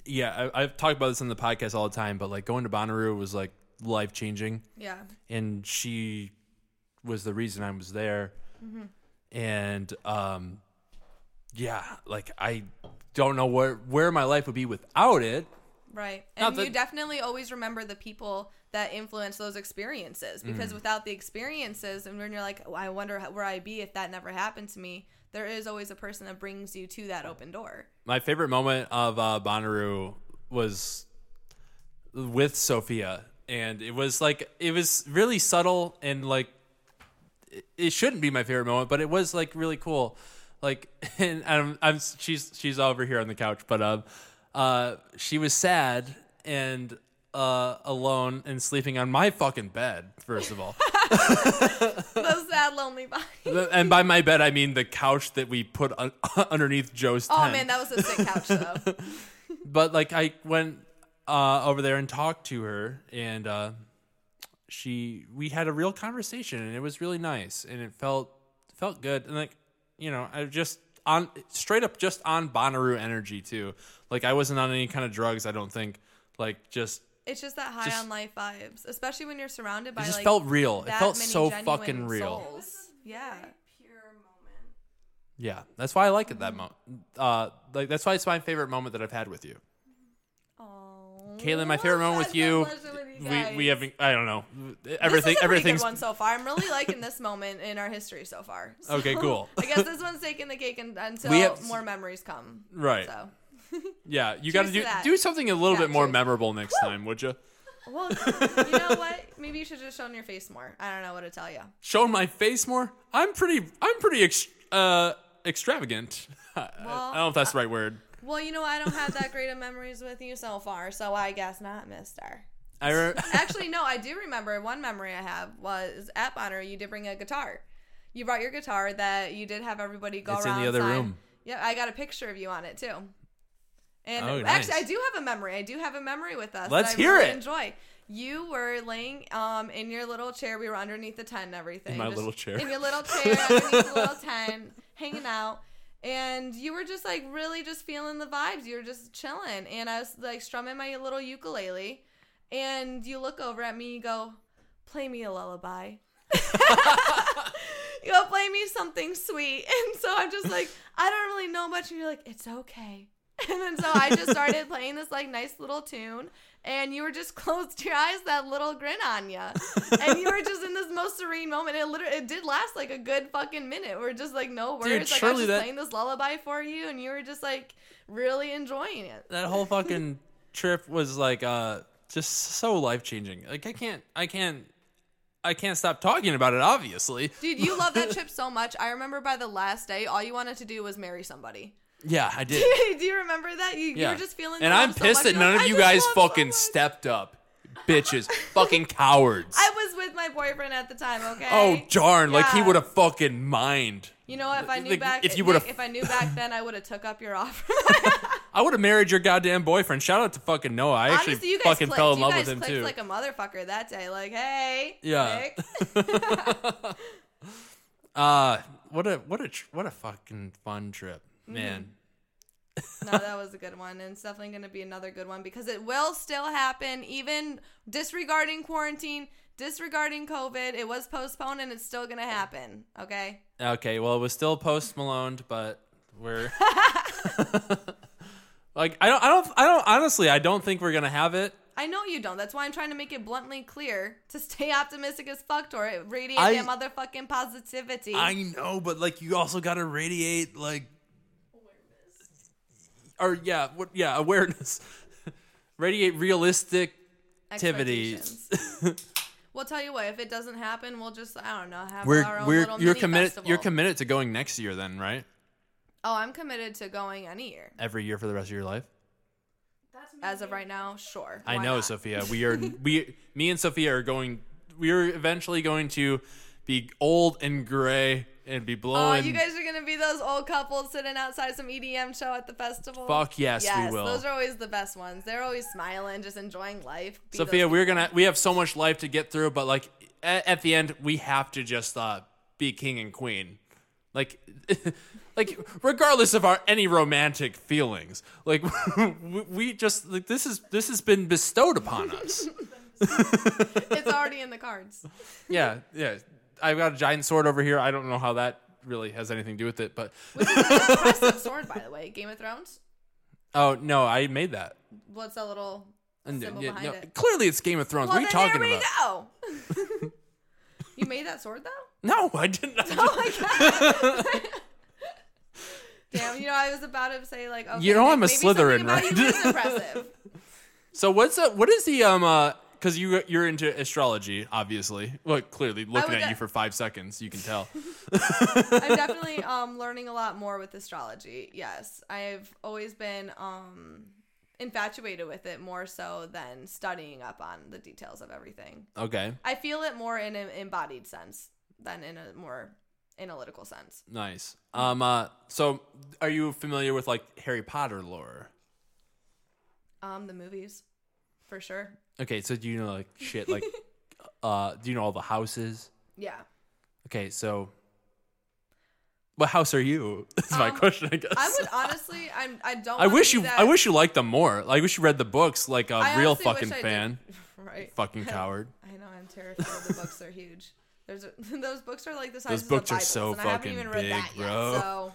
A: yeah, I, I've talked about this on the podcast all the time, but like going to Bonnaroo was like life changing,
B: yeah.
A: and she was the reason I was there, and um, yeah, like I don't know where where my life would be without it.
B: Right.
A: Not
B: And
A: that-
B: you definitely always remember the people that influence those experiences
A: Mm-hmm.
B: because without the experiences, and when you're like, "Oh, I wonder how, where I'd be if that never happened to me, there is always a person that brings you to that open door.
A: My favorite moment of uh, Bonnaroo was with Sophia, and it was like it was really subtle and like it, it shouldn't be my favorite moment, but it was like really cool. Like, and I'm, I'm she's she's over here on the couch, but um, uh, she was sad and uh alone and sleeping on my fucking bed. First of all,
B: Those sad, lonely bodies.
A: and by my bed I mean the couch that we put un- underneath Joe's.
B: Oh
A: tent.
B: man, that was a sick couch though.
A: but like I went uh, over there and talked to her, and uh, she we had a real conversation and it was really nice and it felt felt good and like you know I just on straight up just on Bonnaroo energy too. Like I wasn't on any kind of drugs. I don't think like just
B: It's just that high
A: Just-
B: on life vibes, especially when you're surrounded
A: it
B: by
A: just
B: like
A: felt real. It
B: that
A: felt
B: many
A: so
B: genuine
A: fucking real.
B: souls. Yeah.
E: Very pure moment.
A: Yeah, that's why I like it that moment.
B: Mm-hmm.
A: Uh, like that's why it's my favorite moment that I've had with you,
B: Oh.
A: Caitlin. My favorite moment with you. We we haven't. I don't know. Everything.
B: This is a pretty
A: Everything's
B: good one so far. I'm really liking this moment in our history so far. So
A: okay. Cool.
B: I guess this one's taking the cake and, until
A: We have-
B: more memories come.
A: Right.
B: So,
A: Yeah. You got to
B: Cheers
A: do
B: to that.
A: do something a little
B: Yeah,
A: bit more
B: cheers.
A: memorable next time, would you?
B: well, you know what? Maybe you should just show your face more. I don't know what to tell you.
A: Show my face more. I'm pretty. I'm pretty ex- uh, extravagant. I don't know if that's the right word.
B: Well, you know, I don't have that great of memories with you so far, so I guess not, Mister.
A: I re-
B: Actually, no, I do remember one memory I have was at Bonner. You did bring a guitar. You brought your guitar that you did have everybody go
A: It's in
B: around.
A: the other
B: sign.
A: room.
B: Yeah, I got a picture of you on it too. And
A: Oh,
B: actually,
A: nice.
B: I do have a memory. I do have a memory with us.
A: Let's
B: that I
A: hear
B: really
A: it.
B: Enjoy. You were laying um in your little chair. We were underneath the tent and everything.
A: In my little chair.
B: In your little chair underneath the little tent, hanging out. And you were just like really just feeling the vibes. You were just chilling. And I was like strumming my little ukulele. And you look over at me, you go, play me a lullaby. you go, play me something sweet. And so I'm just like, I don't really know much. And you're like, it's okay. And then so I just started playing this like nice little tune. And you were just closed your eyes, that little grin on you. And you were just in this most serene moment. It literally it did last like a good fucking minute. We are just like no words. like I
A: surely
B: was just
A: that-
B: playing this lullaby for you and you were just like really enjoying it.
A: that whole fucking trip was like uh just so life changing. Like I can't. I can't. I can't stop talking about it. Obviously.
B: Dude, you love that trip so much. I remember by the last day, all you wanted to do was marry somebody.
A: Yeah, I did.
B: Do you remember that? You, you
A: Yeah.
B: were just feeling.
A: And
B: the
A: I'm
B: love so
A: pissed
B: much.
A: that
B: You're like,
A: none of
B: "I
A: you
B: just
A: guys
B: love so
A: fucking
B: much."
A: stepped up. Bitches. fucking cowards.
B: I was with my boyfriend at the time. Okay.
A: oh, darn. Like, he
B: Yeah.
A: would have fucking mined.
B: You know, if I knew
A: Like,
B: back,
A: if
B: if
A: you
B: you
A: would've-
B: if I knew back then, I would have took up your offer.
A: I would have married your goddamn boyfriend. Shout out to fucking Noah. I actually
B: Honestly, you guys
A: fucking
B: clicked.
A: fell in
B: you
A: love
B: guys
A: with him,
B: clicked
A: too.
B: like a motherfucker that day. Like, hey,
A: Yeah.
B: Nick.
A: uh, what a, what a, tr- what a fucking fun trip.
B: Mm-hmm.
A: Man.
B: No, that was a good one, and it's definitely going to be another good one because it will still happen, even disregarding quarantine, disregarding COVID. It was postponed, and it's still going to happen. Okay.
A: Okay, well, it was still post Malone, but we're like I don't, I don't, I don't. Honestly, I don't think we're gonna have it.
B: I know you don't. That's why I'm trying to make it bluntly clear to stay optimistic as fuck or radiate
A: I-
B: that motherfucking positivity.
A: I know, but like you also gotta radiate like awareness. Or yeah, what? Yeah, awareness. radiate realistic activities.
B: Expectations. we'll tell you what. If it doesn't happen, we'll just I don't know. Have
A: We're
B: our own
A: we're
B: little
A: you're
B: mini
A: committed.
B: Festival.
A: You're committed to going next year, then, right?
B: Oh, I'm committed to going any year.
A: Every year for the rest of your life.
E: That's
B: As of right now, sure.
A: I
B: Why
A: know,
B: not?
A: Sophia. We are we me and Sophia are going we are eventually going to be old and gray and be
B: Oh,
A: blowing
B: you guys are gonna be those old couples sitting outside some EDM show at the festival.
A: Fuck yes, we will.
B: Those are always the best ones. They're always smiling, just enjoying life. Be
A: Sophia,
B: those-
A: we're gonna we have so much life to get through, but like at, at the end we have to just uh be king and queen. Like like regardless of our any romantic feelings. Like we- we just like this is this has been bestowed upon us.
B: it's already in the cards.
A: yeah, yeah. I've got a giant sword over here. I don't know how that really has anything to do with it, but
B: Which is an impressive sword, by the way. Game of Thrones.
A: oh no, I made that.
B: What's that little?
A: And
B: symbol
A: yeah,
B: behind
A: no,
B: it.
A: Clearly, it's Game of Thrones.
B: Well,
A: what are you
B: then
A: talking
B: here
A: about?
B: we go. you made that sword though.
A: No, I didn't. I
B: Oh
A: just-
B: my god. Damn, you know, I was about to say like, okay,
A: You know
B: Nick,
A: I'm a
B: maybe something
A: Slytherin,
B: about you
A: right?
B: is impressive.
A: so what's up? What is the um? uh 'cause Because you you're into astrology, obviously. Well, clearly, looking
B: would
A: at
B: de-
A: you for five seconds, you can tell.
B: I'm definitely um learning a lot more with astrology. Yes, I've always been um infatuated with it more so than studying up on the details of everything.
A: okay,
B: I feel it more in an embodied sense than in a more analytical sense.
A: nice. Um. Uh. So, are you familiar with like Harry Potter lore?
B: Um, the movies, for sure.
A: Okay, so do you know like shit like uh, do you know all the houses?
B: Yeah.
A: Okay, so what house are you? That's my
B: Um,
A: question, I guess.
B: I would honestly, I'm, I don't.
A: I
B: wanna
A: wish
B: be
A: you.
B: that-
A: I wish you liked them more. Like, I wish you read the books like a
B: I
A: real
B: honestly wish
A: fucking
B: I did.
A: fan.
B: Right.
A: Fucking coward.
B: I know. I'm terrified. the books are huge. There's those books are like the size
A: Those
B: of
A: books
B: the
A: are
B: Bibles,
A: so
B: and I haven't
A: fucking
B: even read
A: big,
B: that
A: bro.
B: yet. So,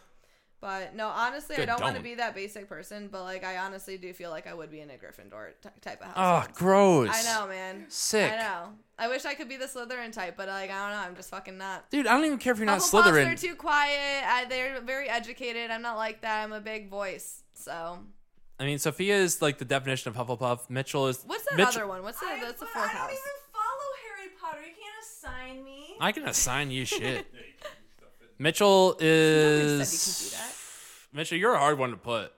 B: but no, honestly, I
A: Good,
B: don't, want to
A: don't.
B: be that basic person. But like, I honestly do feel like I would be in a Gryffindor t- type of house.
A: Ah, gross.
B: I know, man.
A: Sick.
B: I know. I wish I could be the Slytherin type, but like, I don't know. I'm just fucking not.
A: Dude, I don't even care if you're not
B: Hufflepuffs
A: Slytherin.
B: are too quiet. I, they're very educated. I'm not like that. I'm a big voice. So
A: I mean, Sophia is like the definition of Hufflepuff. Mitchell is
B: what's that
A: Mitch-
B: other one? What's that?
E: I,
B: That's the
E: but
B: fourth
E: I don't
B: house.
E: even follow Harry Potter. You can't assign me.
A: I can assign you shit. Mitchell is Mitchell. You're a hard one to put.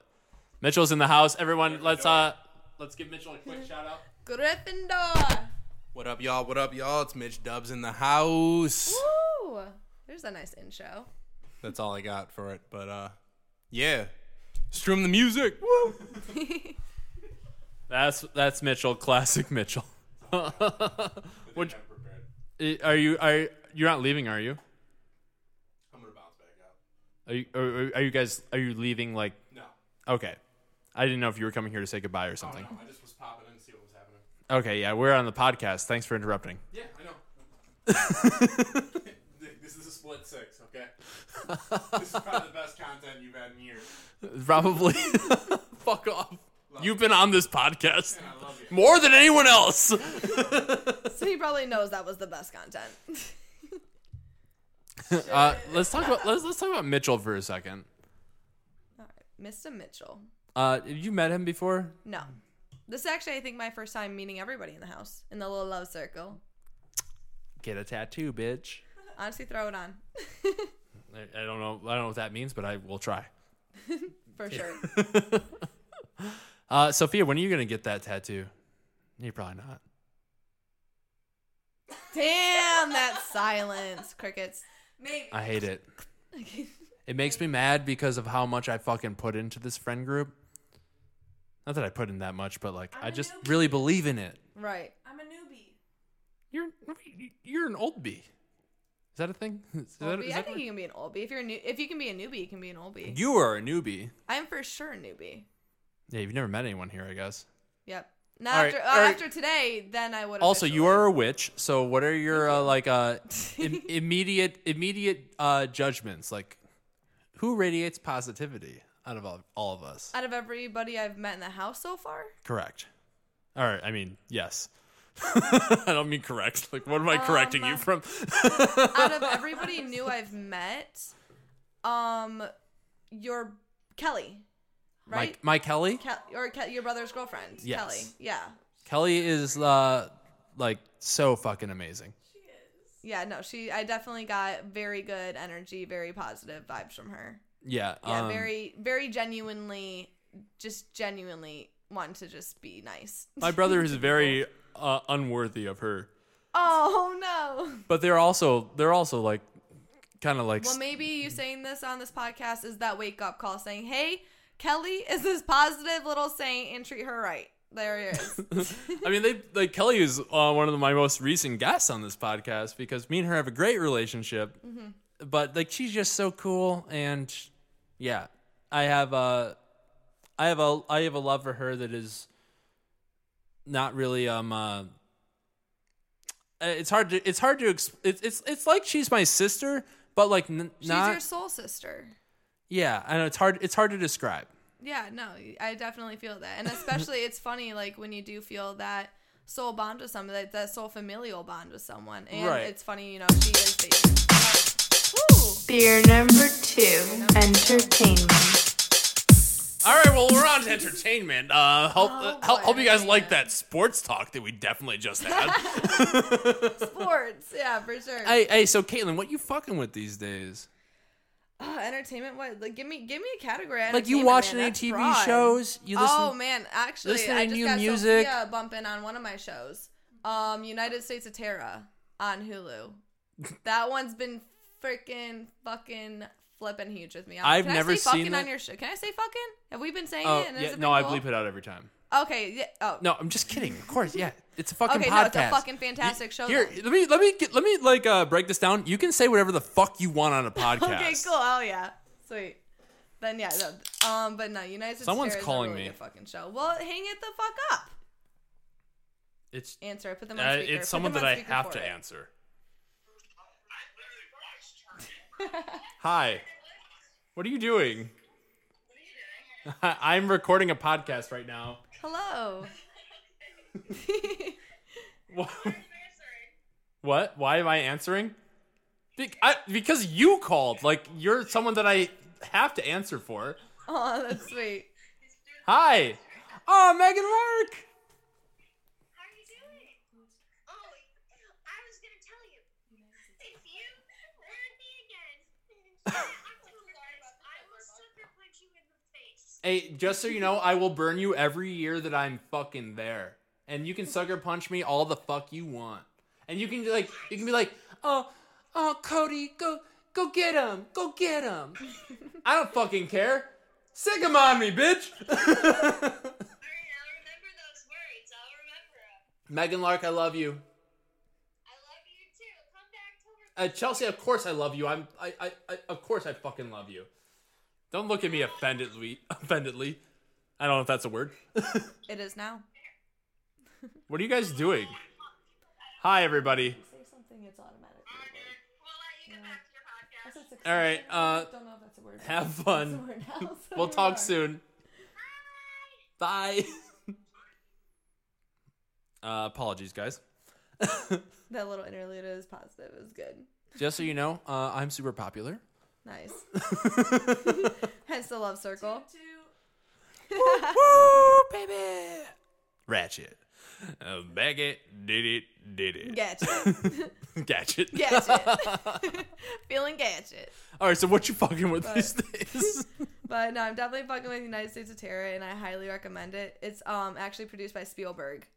A: Mitchell's in the house. Everyone, let's uh, let's give Mitchell a quick shout out.
B: Gryffindor.
G: What up, y'all? What up, y'all? It's Mitch Dubs in the house.
B: Woo! There's a nice intro.
G: That's all I got for it. But uh, yeah, strum the music. Woo!
A: That's that's Mitchell. Classic Mitchell. Would- Eh, are you are you're not leaving? Are you?
G: I'm gonna bounce back out.
A: Are you are, are you guys are you leaving? Like
G: No,
A: okay, I didn't know if you were coming here to say goodbye or something.
G: I just was popping in to see what was happening.
A: Okay, yeah, we're on the podcast. Thanks for interrupting.
G: Yeah, I know. this is a split six, okay? this is probably the best content you've had in years.
A: Probably. Fuck off. You've been on this podcast
G: I love you.
A: more than anyone else.
B: So he probably knows that was the best content.
A: Uh, let's talk about let's let's talk about Mitchell for a second.
B: Mr. Mitchell.
A: Uh, have you met him before?
B: No. This is actually, I think, my first time meeting everybody in the house in the little love circle.
A: Get a tattoo, bitch.
B: Honestly, throw it on.
A: I, I don't know. I don't know what that means, but I will try.
B: For sure.
A: Uh, Sophia, when are you gonna get that tattoo? You're probably not.
B: Damn, that silence. Crickets.
E: Maybe.
A: I hate it. It makes me mad because of how much I fucking put into this friend group. Not that I put in that much, but like I just really believe in it.
B: Right.
E: I'm a newbie.
A: You're you're an old bee. Is that a thing? Is that-
B: Oldie.
A: is
B: I
A: that-
B: think you can be an oldie. If you're a new, if you can be a newbie, you can be an oldie.
A: you are a newbie.
B: I'm for sure a newbie.
A: Yeah, you've never met anyone here, I guess.
B: Yep. Not
A: All right,
B: after, uh,
A: all right.
B: after today, then I would.
A: Also, you are a witch. So, what are your uh, like uh, im- immediate immediate uh, judgments? Like, who radiates positivity out of all, all of us?
B: out of everybody I've met in the house so far.
A: Correct. All right. I mean, yes. I don't mean correct. Like, what am
B: Um,
A: I correcting
B: uh,
A: you from?
B: out of everybody new I've met, um, your Kelly, right?
A: Mike, Mike Kelly.
B: Ke- or Ke- your brother's girlfriend,
A: Yes.
B: Kelly. Yeah,
A: Kelly is uh, like so fucking amazing.
B: yeah. No, she. I definitely got very good energy, very positive vibes from her.
A: Yeah.
B: Yeah,
A: um,
B: very, very genuinely, just genuinely want to just be nice.
A: My brother is very uh, unworthy of her,
B: oh no.
A: but they're also they're also like kind of like
B: Well, maybe you saying this on this podcast is that wake up call saying, "Hey, Kelly is this positive little saint, and treat her right." There it is.
A: I mean, they like Kelly is uh, one of the- my most recent guests on this podcast because me and her have a great relationship.
B: Mm-hmm.
A: But like, she's just so cool, and yeah, I have a, I have a, I have a love for her that is not really um. Uh, it's hard to it's hard to exp- it's it's it's like she's my sister, but like n-
B: She's
A: not
B: your soul sister.
A: yeah. I know it's hard it's hard to describe.
B: Yeah, no, I definitely feel that. And especially it's funny like when you do feel that soul bond with someone, that, that soul familial bond with someone. And
A: Right.
B: it's funny, you know, she is the Woo!
D: Beer number two, entertainment.
A: All right, well, we're on to entertainment. Uh, hope, uh, hope,
B: Oh, boy,
A: hope you guys like
B: entertainment.
A: that sports talk that we definitely just had.
B: sports. Yeah, for sure.
A: hey, hey, so Caitlin, what you fucking with these days?
B: Ugh, entertainment what? Like give me give me a category. of
A: Like you
B: entertainment,
A: watch
B: man.
A: any
B: That's
A: TV
B: broad.
A: shows? You listen?
B: oh man, actually
A: listen to
B: I just
A: new
B: got
A: music?
B: Sophia bumping on one of my shows. Um United States of Terra on Hulu. that one's been freaking fucking flipping huge with me.
A: I've
B: Can
A: never
B: I say
A: seen
B: fucking
A: that.
B: on your show. Can I say fucking? Have we been saying
A: Oh,
B: it? And has
A: yeah,
B: it
A: no,
B: been
A: I
B: cool?
A: bleep it out every time.
B: Okay. Yeah. Oh.
A: No, I'm just kidding. Of course, yeah. It's a fucking
B: Okay,
A: podcast.
B: no, it's a fucking fantastic show
A: Here,
B: then.
A: let me let me get, let me like uh, break this down. You can say whatever the fuck you want on a podcast.
B: Okay. Cool. Oh yeah. Sweet. Then yeah. No, um. But no, United
A: Someone's
B: Stair is a
A: calling
B: really
A: me.
B: good fucking show. Well, hang it the fuck up.
A: It's
B: Answer. it. Put them on
A: uh,
B: speaker. Put
A: it's someone
B: them
A: that
B: on
A: I
B: speaker
A: have
B: for
A: to
B: it.
A: answer. Hi. What are you doing? I'm recording a podcast right now.
B: Hello.
A: Wha- what? Why am I answering? Be- I, because you called. Like you're someone that I have to answer for.
B: oh, that's sweet.
A: Hi. Oh, Megan Lark.
H: How are you doing? Oh, I was gonna tell you. If you word me again, I'm too large. I will sucker punch you in the face.
A: Hey, just so you know, I will burn you every year that I'm fucking there. And you can sucker punch me all the fuck you want. And you can like you can be like, "Oh, oh Cody, go go get him. Go get him." I don't fucking care. Sick him on me, bitch.
H: Alright, I'll remember those words. I'll remember 'em.
A: Megan Lark, I love you.
H: I love you too. Come back to work.
A: Uh, Chelsea, of course I love you. I'm I, I, I of course I fucking love you. Don't look at me offendedly. Offendedly. I don't know if that's a word.
B: It is now.
A: What are you guys doing? Hi everybody.
B: Say something. It's automatic.
H: We'll let you get back to your podcast.
A: All right. Uh,
B: Don't know if that's a word.
A: have fun. We'll talk soon. Bye. Uh, apologies, guys.
B: That little interlude is positive. It was good.
A: Just so you know, uh, I'm super popular.
B: Nice. Hence the love circle.
A: Woo, baby! Ratchet. Uh, bag it, did it, did it.
B: Gadget.
A: Gadget.
B: Gadget. Feeling gadget.
A: All right, so what you fucking with these days?
B: But no, I'm definitely fucking with United States of Terror, and I highly recommend it. It's um actually produced by Spielberg.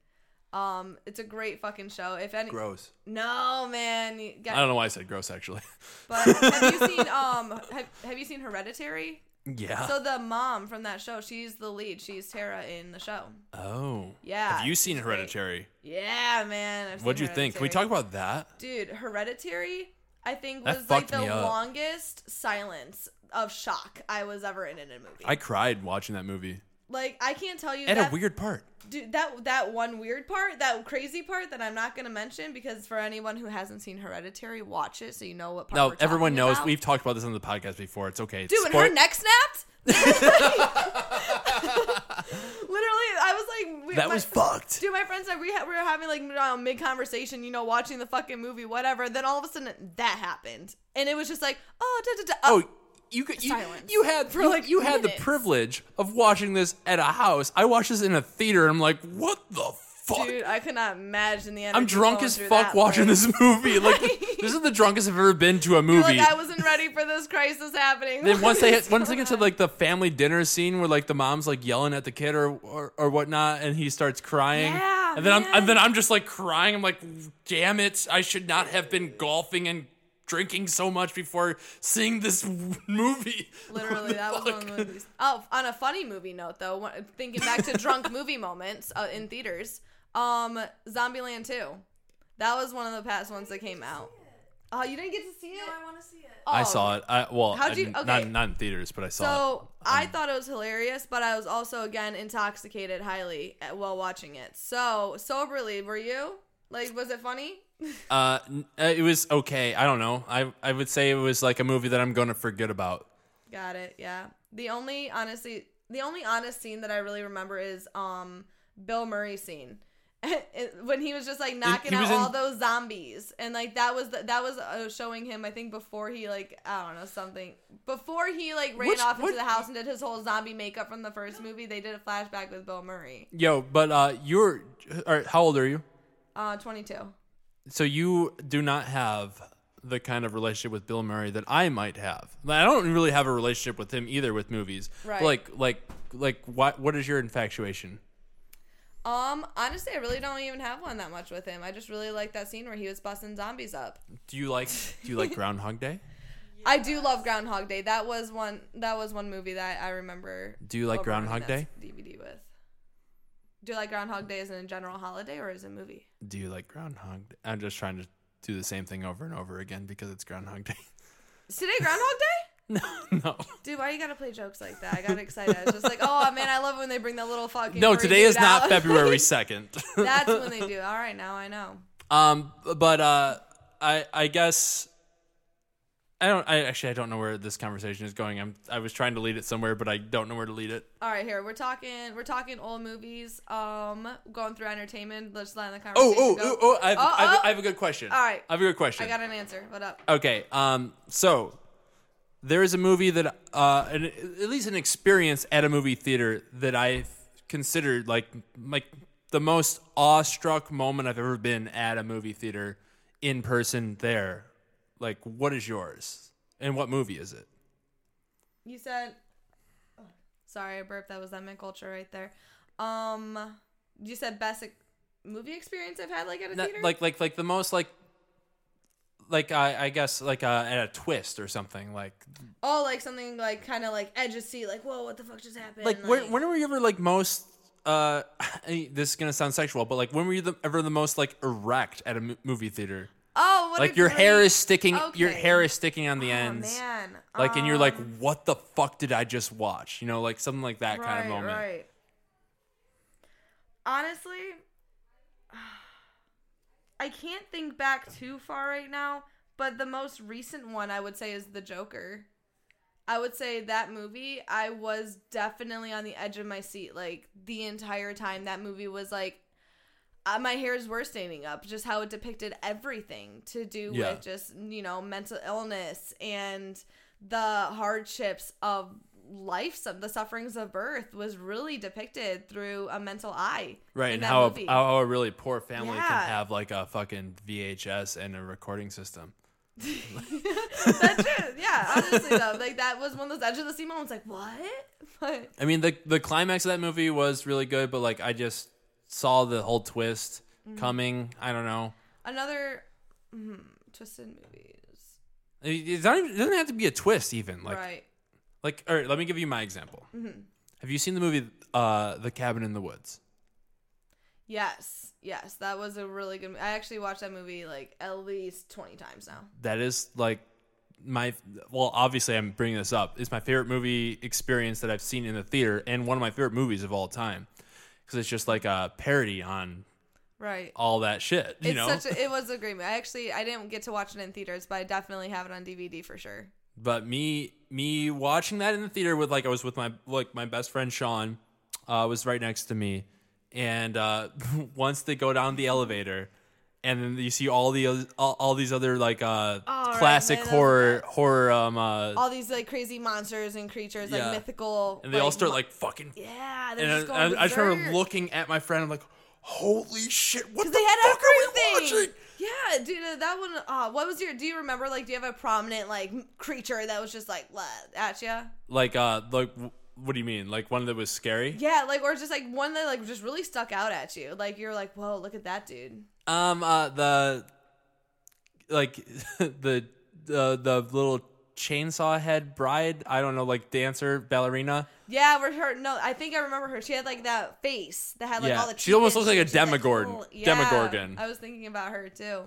B: Um, it's a great fucking show. If any,
A: gross.
B: no man, you
A: I
B: got-
A: don't know why I said gross, actually.
B: But have you seen um have, have you seen Hereditary?
A: Yeah.
B: So the mom from that show, she's the lead. She's Tara in the show.
A: oh.
B: Yeah,
A: Have you seen
B: it's great.
A: Hereditary?
B: Yeah, man. I've
A: What'd
B: seen
A: you think? Can we
B: Hereditary.
A: talk about that?
B: Dude, Hereditary, I think
A: That
B: was like
A: fucked me
B: the
A: up.
B: longest silence of shock I was ever in in a movie.
A: I cried watching that movie.
B: like I can't tell you
A: At
B: that
A: a weird part.
B: dude, that that one weird part, that crazy part that I'm not gonna mention because for anyone who hasn't seen Hereditary, watch it so you know what part.
A: No,
B: we're
A: everyone
B: talking
A: knows.
B: about.
A: We've talked about this on the podcast before. It's okay.
B: Dude, when
A: Spoil-
B: her neck snapped. Literally, I was like, we,
A: that
B: my-
A: was fucked.
B: Dude, my friends and I, we, ha- we were having like mid conversation, you know, watching the fucking movie, whatever. Then all of a sudden, that happened, and it was just like, oh, da, da, da,
A: oh, you could you,
B: Silence.
A: you had
B: For,
A: you,
B: like,
A: you had the
B: minutes.
A: privilege of watching this at a house. I watched this in a theater. and I'm like, what the fuck?
B: dude, I could not imagine the.
A: Oh, I'm
B: energy
A: drunk
B: going
A: as
B: through
A: fuck
B: that,
A: watching
B: like-
A: this movie. Like this is the drunkest I've ever been to a movie.
B: Like I wasn't ready for this crisis happening.
A: then once they
B: What is
A: hit, once they
B: going
A: get to
B: on?
A: like the family dinner scene where like the mom's like yelling at the kid or or, or whatnot, and he starts crying.
B: Yeah,
A: and then I'm
B: man.
A: and then I'm just like crying. I'm like, damn it! I should not have been golfing and drinking so much before seeing this movie.
B: Literally, that was one of the
A: Fuck.
B: movies. Oh, on a funny movie note, though, one- thinking back to drunk movie moments uh, in theaters, um, Zombieland 2. That was one of the past ones that came out. Oh, you didn't get to see it?
E: I want to see it.
A: I
B: Oh.
A: saw it. I, well,
B: How'd
A: I
B: you-
A: didn't-
B: okay.
A: not not in theaters, but um, I saw it.
B: So I thought it was hilarious, but I was also again intoxicated highly at- while watching it. So soberly, were you? Like, was it funny?
A: Uh, n- uh, it was okay. I don't know. I I would say it was like a movie that I'm going to forget about.
B: Got it. Yeah. The only honestly, the only honest scene that I really remember is um Bill Murray scene It- when he was just like knocking
A: he
B: out
A: was
B: all
A: in-
B: those zombies, and like that was the, that was uh, showing him I think before he like I don't know something before he like ran
A: Which-
B: off into
A: what-
B: the house and did his whole zombie makeup from the first movie. They did a flashback with Bill Murray.
A: Yo, but uh, you're or how old are you?
B: Uh, twenty two.
A: So you do not have the kind of relationship with Bill Murray that I might have. I don't really have a relationship with him either with movies. But,
B: Right.
A: Like like like what what is your infatuation?
B: Um, honestly, I really don't even have one that much with him. I just really like that scene where he was busting zombies up.
A: Do you like do you like Groundhog Day?
B: I do love Groundhog Day. That was one. That was one movie that I remember.
A: Do you like
B: overwhelming
A: Groundhog
B: that
A: Day?
B: DVD with. Do you like Groundhog Day as a general holiday or as a movie?
A: Do you like Groundhog Day? I'm just trying to do the same thing over and over again because it's Groundhog Day.
B: Is today Groundhog Day?
A: no, no.
B: Dude, why you gotta play jokes like that? I got excited. I was just like, oh man, I love when they bring that little fucking.
A: No, today is
B: dude
A: not
B: out.
A: February 2nd.
B: That's when they do. All right, now I know.
A: Um, but uh, I I guess I don't. I actually I don't know where this conversation is going. I'm I was trying to lead it somewhere, but I don't know where to lead it.
B: All right, here we're talking. We're talking old movies. Um, going through entertainment. Let's let the
A: Oh oh
B: conversation go.
A: oh oh! I have,
B: Oh,
A: I, have,
B: oh.
A: I have a good question.
B: All right.
A: I have a good question.
B: I got an answer. What up?
A: Okay. Um. So there is a movie that, uh, an, at least an experience at a movie theater that I considered like like the most awestruck moment I've ever been at a movie theater in person. There, like, what is yours, and what movie is it?
B: You said. Sorry, I burped. That was that my culture right there. Um, you said best ex- movie experience I've had like at a
A: Not-
B: theater.
A: like like like the most like like I, I guess like uh, at a twist or something like
B: oh, like something like kind of like edge of seat. Like whoa, what the fuck just happened?
A: like when, when were you ever like most uh I mean, this is gonna sound sexual but like when were you the, ever the most like erect at a mo- movie theater
B: oh, what a
A: like your hair
B: great-
A: is sticking your
B: Okay.
A: hair is sticking on the
B: Oh,
A: ends
B: man.
A: like and you're like
B: Um,
A: what the fuck did I just watch you know like something like that kind of
B: Right,
A: moment
B: Right. Honestly, I can't think back too far right now, but the most recent one I would say is The Joker. I would say that movie, I was definitely on the edge of my seat like the entire time that movie was like uh, my hairs were standing up just how it depicted everything to do
A: Yeah.
B: with just you know mental illness and the hardships of life some the sufferings of birth was really depicted through a mental eye
A: Right,
B: in
A: and
B: that
A: how
B: movie.
A: a, how a really poor family
B: Yeah.
A: can have like a fucking VHS and a recording system.
B: that's it yeah honestly though like that was one of those edge of the seat moments like what but
A: I mean, the the climax of that movie was really good, but like I just saw the whole twist
B: Mm-hmm.
A: coming. I don't know.
B: another hmm, twisted movies
A: It, it's not even- it doesn't have to be a twist, even like
B: right Mm-hmm.
A: like. All right, let me give you my example. Have you seen the movie uh, The Cabin in the Woods?
B: yes yes that was a really good i actually watched that movie like at least 20 times now
A: That is like my well, obviously I'm bringing this up. It's my favorite movie experience that I've seen in the theater, and one of my favorite movies of all time because it's just like a parody on
B: right
A: all that shit. You
B: it's
A: know,
B: such a, it was a great movie. I actually I didn't get to watch it in theaters, but I definitely have it on DVD for sure.
A: but me me watching that in the theater with like I was with my like my best friend Sean uh, was right next to me, and uh, once they go down the elevator, and then you see all the oth- all, all these other like uh,
B: right,
A: classic
B: man, those are
A: horror horror um uh,
B: All these like crazy monsters and creatures, like
A: Yeah.
B: mythical,
A: and they all start
B: mo-
A: like fucking
B: yeah. They're
A: and I,
B: just going
A: I- I just remember
B: berserk.
A: looking at my friend I'm like holy shit what the
B: They had
A: fuck are we
B: everything.
A: watching
B: Yeah, dude, uh, that one. Uh, what was your? Do you remember? Like, do you have a prominent like m- creature that was just like blah, at you?
A: like uh like w- what do you mean like one that was scary
B: Yeah, like or just like one that like just really stuck out at you. Like you're like, whoa, look at that dude.
A: Um, uh, the like the the the little chainsaw head bride. I don't know, like dancer ballerina.
B: Yeah, we're her. No, I think I remember her. She had like that face that had like
A: Yeah,
B: all the.
A: she almost
B: teeth
A: looks
B: in
A: like a
B: it. She's
A: Demogorgon-
B: "Oh,"
A: Demogorgon.
B: I was thinking about her too.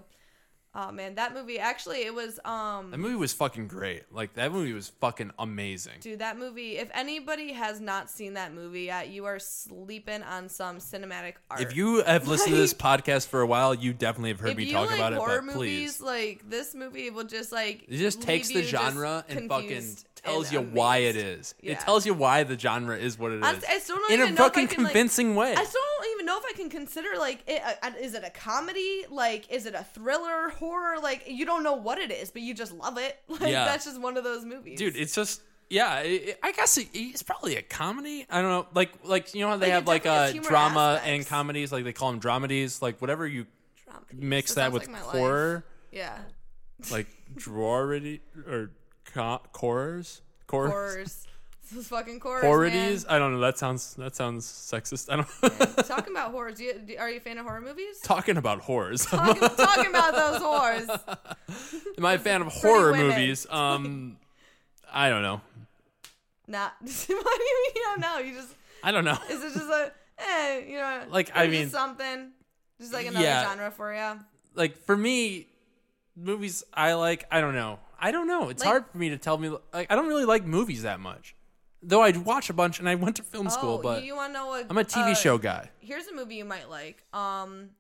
B: Oh man, that movie actually it was
A: That
B: um
A: movie was fucking great. Like that movie was fucking amazing.
B: dude that movie. If anybody has not seen that movie yet, you are sleeping on some cinematic art.
A: If you have listened to this podcast for a while, you definitely have heard
B: if
A: me
B: you
A: talk
B: like
A: about it.
B: horror
A: But
B: movies,
A: please,
B: like this movie will just like
A: it just takes
B: leave
A: the
B: you just
A: genre and fucking
B: confused
A: tells
B: and
A: you why it
B: amazed.
A: is. It
B: Yeah.
A: tells you why the genre is what it is.
B: Honestly, I still don't
A: in
B: even
A: a
B: know if I
A: fucking
B: can, like-
A: convincing way.
B: I still don't even know if I can consider like it, uh, uh, is it a comedy? Like is it a thriller, horror? Like you don't know what it is, but you just love it. Like
A: Yeah.
B: that's just one of those movies.
A: dude it's just yeah it, it- i guess it, it's probably a comedy i don't know like like you know how they
B: Like, it
A: have like
B: definitely
A: uh
B: has humor
A: drama
B: aspects.
A: and comedies like they call them dramedies like whatever you
B: Dramedy.
A: mix
B: So
A: that
B: sounds
A: with
B: like my life.
A: horror
B: Yeah.
A: like drority or co- horrors horrors
B: Horrors. this is fucking horrors.
A: horrorities
B: man.
A: i don't know that sounds that sounds sexist i don't
B: Talking about horrors, do you, do, are you a fan of horror movies?
A: talking about horrors
B: Talking, talking about those horrors.
A: am i a fan of horror
B: women.
A: movies um i don't know
B: Nah. what do you mean? I don't know. You just
A: i don't know
B: is it just a eh, eh, you know,
A: Like, I
B: it's
A: mean-
B: just something, just like another
A: Yeah.
B: genre for you.
A: like for me movies i like i don't know i don't know it's
B: Like-
A: hard for me to tell me like i don't really like movies that much though i watch a bunch and i went to film school
B: oh,
A: but
B: you, want to know what?
A: i'm a tv
B: uh,
A: show guy
B: Here's a movie you might like. Um,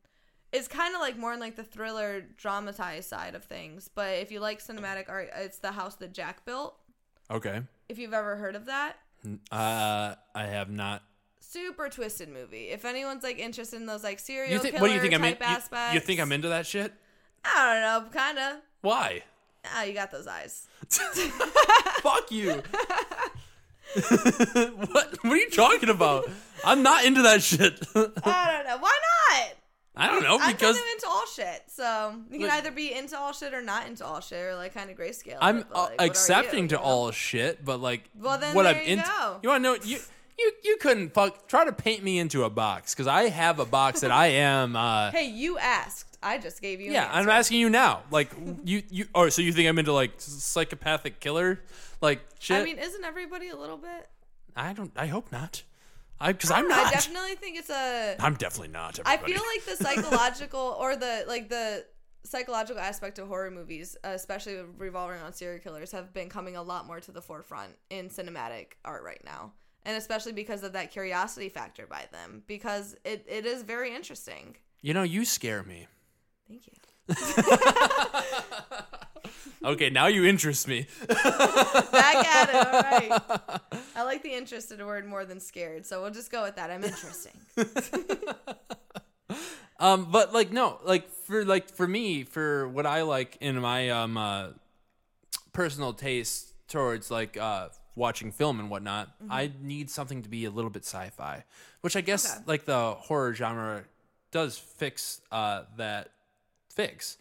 B: it's kind of like more in like the thriller dramatized side of things, but if you like cinematic art, it's the house that Jack built.
A: okay
B: If you've ever heard of that,
A: uh i have not
B: super twisted movie. If anyone's like interested in those like serial
A: you think
B: killer
A: what do you think i'm in
B: type
A: you,
B: aspects,
A: you think i'm into that shit
B: I don't know, kind of.
A: why
B: Ah, you got those eyes.
A: fuck you what what are you talking about i'm not into that shit
B: I don't know. Why not?
A: i don't know
B: I'm kind
A: because
B: of into all shit, so you can
A: Look-
B: either be into all shit or not into all shit, or like kind of grayscale.
A: I'm
B: it, but,
A: uh,
B: like, what are
A: accepting
B: you,
A: to
B: you know?
A: all shit, but like,
B: Well, then
A: what
B: there
A: I'm
B: you
A: into.
B: go.
A: You want to know? You you you couldn't fuck. Try to paint me into a box because I have a box that I am. uh
B: Hey, you asked. I just gave you.
A: Yeah,
B: an
A: I'm
B: answer.
A: asking you now. Like you you. Oh, so you think I'm into like psychopathic killer, like shit?
B: I mean, isn't everybody a little bit?
A: I don't. I hope not. I because I'm not.
B: I definitely think it's a.
A: I'm definitely not.
B: I
A: everybody.
B: feel like the psychological or the like the psychological aspect of horror movies, uh, especially revolving on serial killers, have been coming a lot more to the forefront in cinematic art right now, and especially because of that curiosity factor by them, because it, it is very interesting.
A: you know you scare me.
B: Thank you.
A: Okay, now you interest me.
B: Back at it. All right. I like the interested word more than scared, so we'll just go with that. I'm interesting.
A: Um, but like no, like for like for me, for what I like in my um uh, personal taste towards like uh watching film and whatnot, I need something to be a little bit sci-fi, which I guess like the horror genre does fix uh that fix.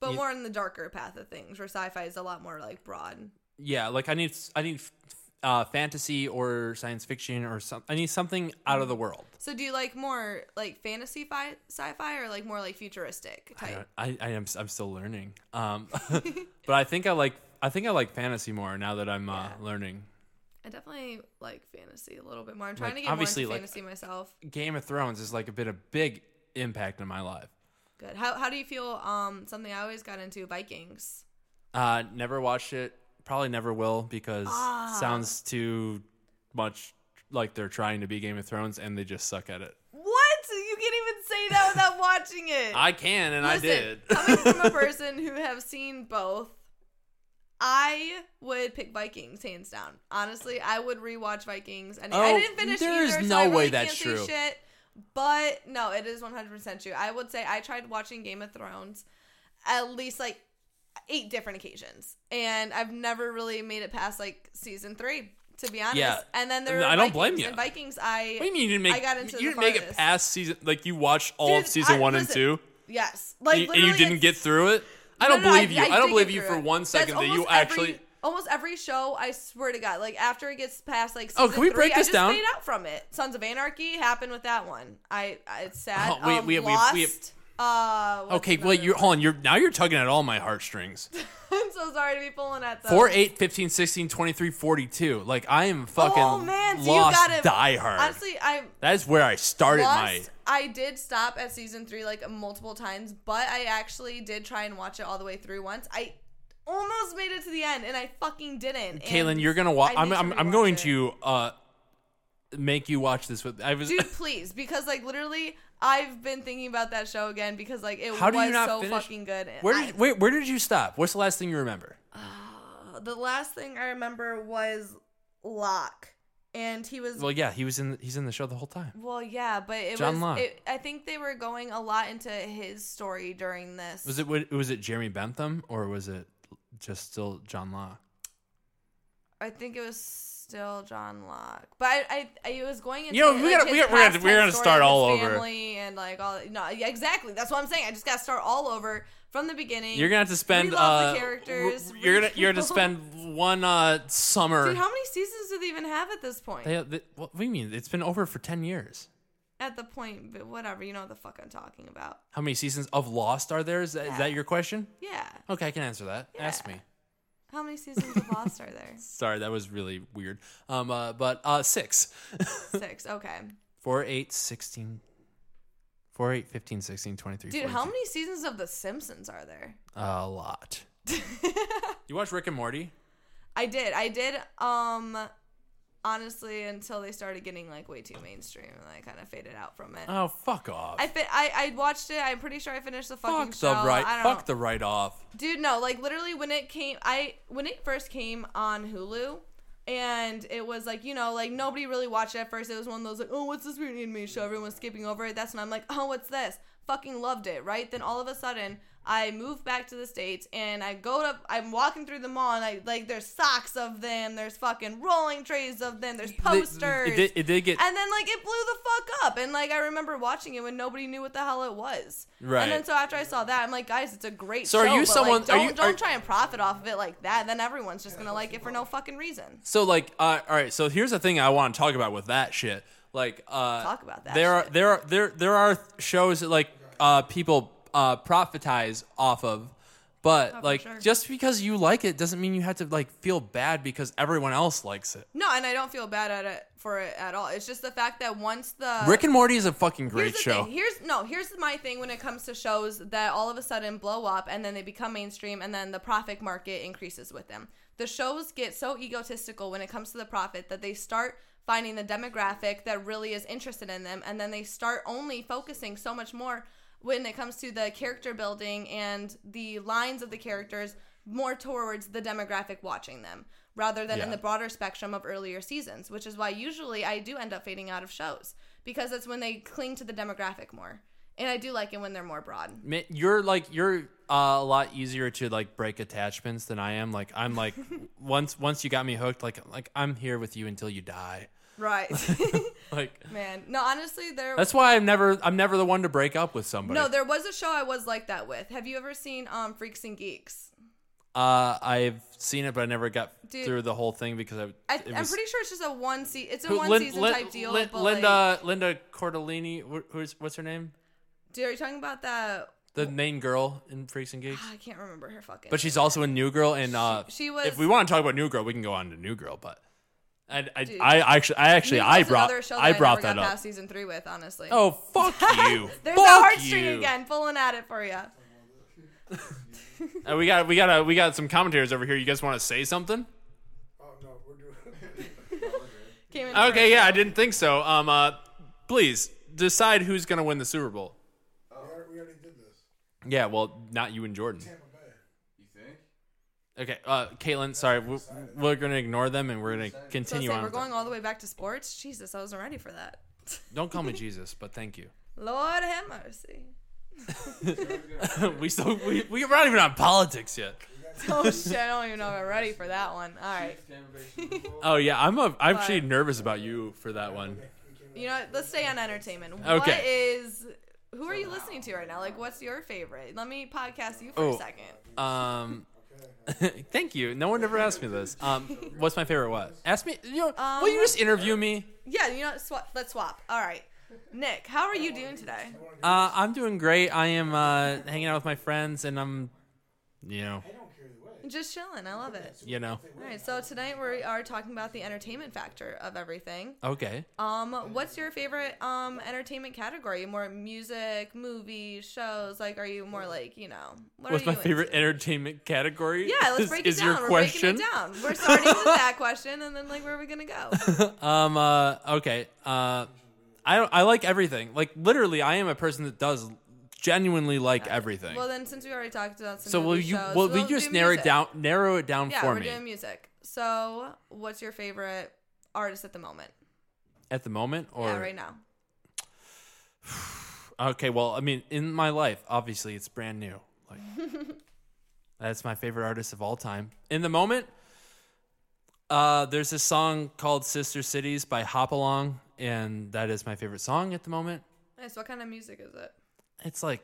B: But
A: You-
B: more in the darker path of things, where sci-fi is a lot more like broad.
A: Yeah, like I need I need uh fantasy or science fiction or some I need something out of the world.
B: So do you like more like fantasy fi- sci-fi or like more like futuristic
A: I,
B: type?
A: don't- I, I am I'm still learning. Um, but I think I like I think I like fantasy more now that I'm uh, learning.
B: I, definitely like fantasy a little bit more. I'm trying
A: Like,
B: to get more
A: obviously,
B: into
A: like- uh,
B: fantasy myself.
A: Game of Thrones has like been a big impact on my life.
B: Good. How how do you feel? Um, something I always got into Vikings.
A: Uh, never watched it. Probably never will because
B: Ah.
A: sounds too much like they're trying to be Game of Thrones and they just suck at it.
B: What? You can't even say that without watching it.
A: I can and I
B: Eh, Listen,
A: did.
B: coming from a person who have seen both, I would pick Vikings hands down. Honestly, I would rewatch Vikings. And I
A: Oh,
B: didn't finish
A: there is
B: either, so
A: no
B: I really
A: way
B: can't
A: that's
B: say
A: true.
B: Shit, but no, it is 100% true. I would say I tried watching Game of Thrones at least like eight different occasions, and I've never really made it past like season three. To be honest,
A: Yeah.
B: and then there
A: No,
B: were
A: I don't blame
B: Vikings,
A: you.
B: And Vikings, I
A: what do you mean you didn't make?
B: I got into
A: you didn't
B: the
A: make it
B: farthest.
A: past season. Like you watched all
B: Dude,
A: of season
B: I-
A: one and
B: listen,
A: two,
B: yes, like
A: and, and you
B: literally,
A: didn't
B: it's-
A: get through it. I don't
B: No, no,
A: believe you. I,
B: did
A: don't believe
B: get
A: you
B: through
A: for
B: it.
A: one
B: That's
A: second that you
B: almost
A: actually.
B: every- almost every show. I swear to God, like after it gets past like
A: Oh,
B: season
A: can we break
B: three,
A: this
B: I just
A: down?
B: fade out from it. Sons of Anarchy happened with that one. I, I it's sad.
A: Oh, we-
B: um,
A: we- we- we-
B: lost. uh, what's
A: Okay,
B: another
A: well, you're
B: one?
A: hold on. You're now you're tugging at all my heartstrings.
B: I'm so sorry to be pulling at that.
A: 4, 8, 15, 16, 23, 42. Like, I am fucking
B: Oh man, so
A: lost
B: you got it.
A: die hard.
B: Honestly, I
A: that is where I started my.
B: Lost, I did stop at season three like multiple times, but I actually did try and watch it all the way through once. I almost made it to the end, and I fucking didn't.
A: Kaylin,
B: And-
A: you're going to watch.
B: I
A: I'm,
B: need to
A: I'm, I'm
B: rewatch
A: going
B: it.
A: to uh, make you watch this with. I was.
B: dude, please, because like literally, I've been thinking about that show again because like it
A: How do
B: was
A: you not
B: so
A: finish?
B: fucking good. And
A: where,
B: I-
A: did, wait, where did you stop? What's the last thing you remember?
B: the last thing I remember was Locke, and he was
A: Well, yeah, he was in. He's in the show the whole time.
B: well, yeah, but it
A: John
B: was.
A: Locke.
B: It, I think they were going a lot into his story during this.
A: Was it was it Jeremy Bentham or was it just still John Law?
B: I think it was still John Locke, but I, I, I it was going into
A: You know, we
B: like,
A: gotta-
B: his
A: we gotta- we're gonna-
B: past
A: we're gonna
B: tense story
A: start
B: of his
A: all over.
B: family and like all no yeah, exactly that's what I'm saying. I just gotta start all over from the beginning.
A: You're gonna have to spend.
B: Relove the
A: uh,
B: characters,
A: r- You're gonna you're gonna
B: rebuild.
A: spend one uh, summer.
B: Dude, how many seasons do they even have at this point?
A: They, they, what do you mean? It's been over for 10 years.
B: at the point, but whatever. You know what the fuck I'm talking about.
A: How many seasons of Lost are there? Is that, is that your question?
B: Yeah.
A: Okay, I can answer that. Ask me.
B: How many seasons of Lost are there?
A: Sorry, that was really weird. Um, uh, but uh, six.
B: Six. Okay.
A: 4, 8, 16. 4, 8, 15, 16, 23,
B: Dude, how
A: 42.
B: many seasons of The Simpsons are there?
A: A lot. you watch Rick and Morty?
B: I did. I did. Um, honestly, until they started getting like way too mainstream, and I kind of faded out from it.
A: Oh, fuck off.
B: I, fi- I I watched it. I'm pretty sure I finished the fucking
A: fuck
B: show.
A: the right.
B: I don't
A: Fuck
B: know.
A: the right off.
B: Dude, no. Like literally, when it came, I when it first came on Hulu. And it was like, you know, like nobody really watched it at first. It was one of those like, oh, what's this weird anime show? Everyone's skipping over it. That's when I'm like, oh, what's this? Fucking loved it, right? Then all of a sudden, I moved back to the states and I go to, I'm walking through the mall and I like, there's socks of them, there's fucking rolling trays of them, there's posters.
A: It, did, it did get.
B: And then like it blew the fuck up. And like I remember watching it when nobody knew what the hell it was.
A: Right.
B: And then so after I saw that, I'm like, guys, it's a great
A: So
B: show.
A: are you
B: but, like,
A: someone- are
B: don't
A: you-
B: don't
A: are-
B: try and profit off of it like that. Then everyone's just gonna like it for no fucking reason.
A: So like, uh, all right. So here's the thing I want to talk about with that shit. Like, uh,
B: Talk about that
A: There are
B: shit.
A: there are there there are shows that like uh, people uh, profitize off of, but like
B: sure.
A: just because you like it doesn't mean you have to like feel bad because everyone else likes it.
B: No, and I don't feel bad at it for it at all. It's just the fact that once the
A: Rick and Morty is a fucking
B: Uh, Here's
A: great
B: the
A: show.
B: Thing. Here's no. Here's my thing when it comes to shows that all of a sudden blow up and then they become mainstream and then the profit market increases with them. The shows get so egotistical when it comes to the profit that they start finding the demographic that really is interested in them and then they start only focusing so much more when it comes to the character building and the lines of the characters more towards the demographic watching them rather than in
A: Yeah.
B: the broader spectrum of earlier seasons, which is why usually I do end up fading out of shows because that's when they cling to the demographic more. And I do like it when they're more broad.
A: Ma- you're like you're uh, a lot easier to like break attachments than I am. Like I'm like once once you got me hooked, like like I'm here with you until you die.
B: Right.
A: Like
B: Man. No, honestly, there
A: that's why I'm never I'm never the one to break up with somebody.
B: No, there was a show I was like that with. Have you ever seen um Freaks and Geeks?
A: Uh, I've seen it, but I never got
B: Dude.
A: through the whole thing because I.
B: I,
A: it
B: I'm
A: was-
B: pretty sure it's just a one se- it's a
A: who-
B: one
A: Lin-
B: season
A: Lin-
B: type deal.
A: Lin-
B: but like,
A: Linda Linda Cordellini, wh- who's what's her name?
B: dude, are you talking about that?
A: The main girl in Freaks and Geeks.
B: I can't remember her fucking.
A: But she's also in New Girl, and uh,
B: Ah, she was-
A: If we want to talk about New Girl, we can go on to New Girl, but. I, I,
B: Dude.
A: I actually I actually I
B: Meatball's
A: brought
B: another show
A: I
B: never
A: brought
B: got
A: that up.
B: Past season three with honestly.
A: Oh fuck you!
B: There's
A: fuck
B: that heart
A: you.
B: string again, pulling at it for you.
A: Uh, we got we got we got some commentators over here. You guys want to say something?
C: Oh no, we're doing.
B: Came in
A: Okay, yeah, I didn't think so. Um, uh, please decide who's gonna win the Super Bowl.
C: we, already, we already did this.
A: Yeah, well, not you and Jordan.
C: Tampa Bay.
A: Okay, uh, Caitlin, sorry, we're, we're gonna ignore them and we're gonna
B: So
A: continue
B: say
A: on.
B: we're
A: with
B: going
A: them.
B: all the way back to sports. Jesus, I wasn't ready for that.
A: Don't call me Jesus, but thank you.
B: Lord have mercy.
A: we still we we're not even on politics yet.
B: Oh shit, I don't even know if I'm ready for that one. All right,
A: Oh yeah, I'm a, I'm actually
B: But-
A: nervous about you for that one.
B: you know what? Let's stay on entertainment. What
A: Okay.
B: is? Who are you listening to right now? Like, what's your favorite? Let me podcast you for
A: Oh.
B: a second.
A: Um, thank you. No one ever asked me this. Um, what's my favorite? What? Ask me. You know, will you
B: Um,
A: just interview me?
B: Yeah, you know, what? swap, let's swap. All right, Nick, how are you doing today?
A: Uh, I'm doing great. I am uh, hanging out with my friends, and I'm, you know,
B: Just chilling. I love it.
A: you know.
B: All right, so tonight we are talking about the entertainment factor of everything.
A: Okay.
B: Um, what's your favorite um entertainment category? More music, movies, shows? Like, are you more like you know? What
A: What's
B: are
A: my
B: you
A: favorite
B: Into?
A: entertainment category?
B: Yeah, let's
A: is,
B: break it
A: is
B: down.
A: your
B: We're
A: question.
B: breaking it down. We're starting with that question, and then like, where are we gonna go?
A: Um. Uh, okay. Uh, I don't. I like everything. Like literally, I am a person that does genuinely like everything.
B: Well, then since we already talked about some
A: so will
B: movie
A: you?
B: shows,
A: Will we
B: we'll
A: just
B: do
A: narrow it
B: music.
A: down? Narrow it down
B: Yeah,
A: for
B: we're
A: me
B: doing music. So, what's your favorite artist at the moment?
A: at the moment, or
B: yeah, right now.
A: okay. Well, I mean, in my life, obviously, it's brand new. Like that's my favorite artist of all time. In the moment, uh, there's this song called "Sister Cities" by Hopalong, and that is my favorite song at the moment.
B: Nice. What kind of music is it?
A: it's like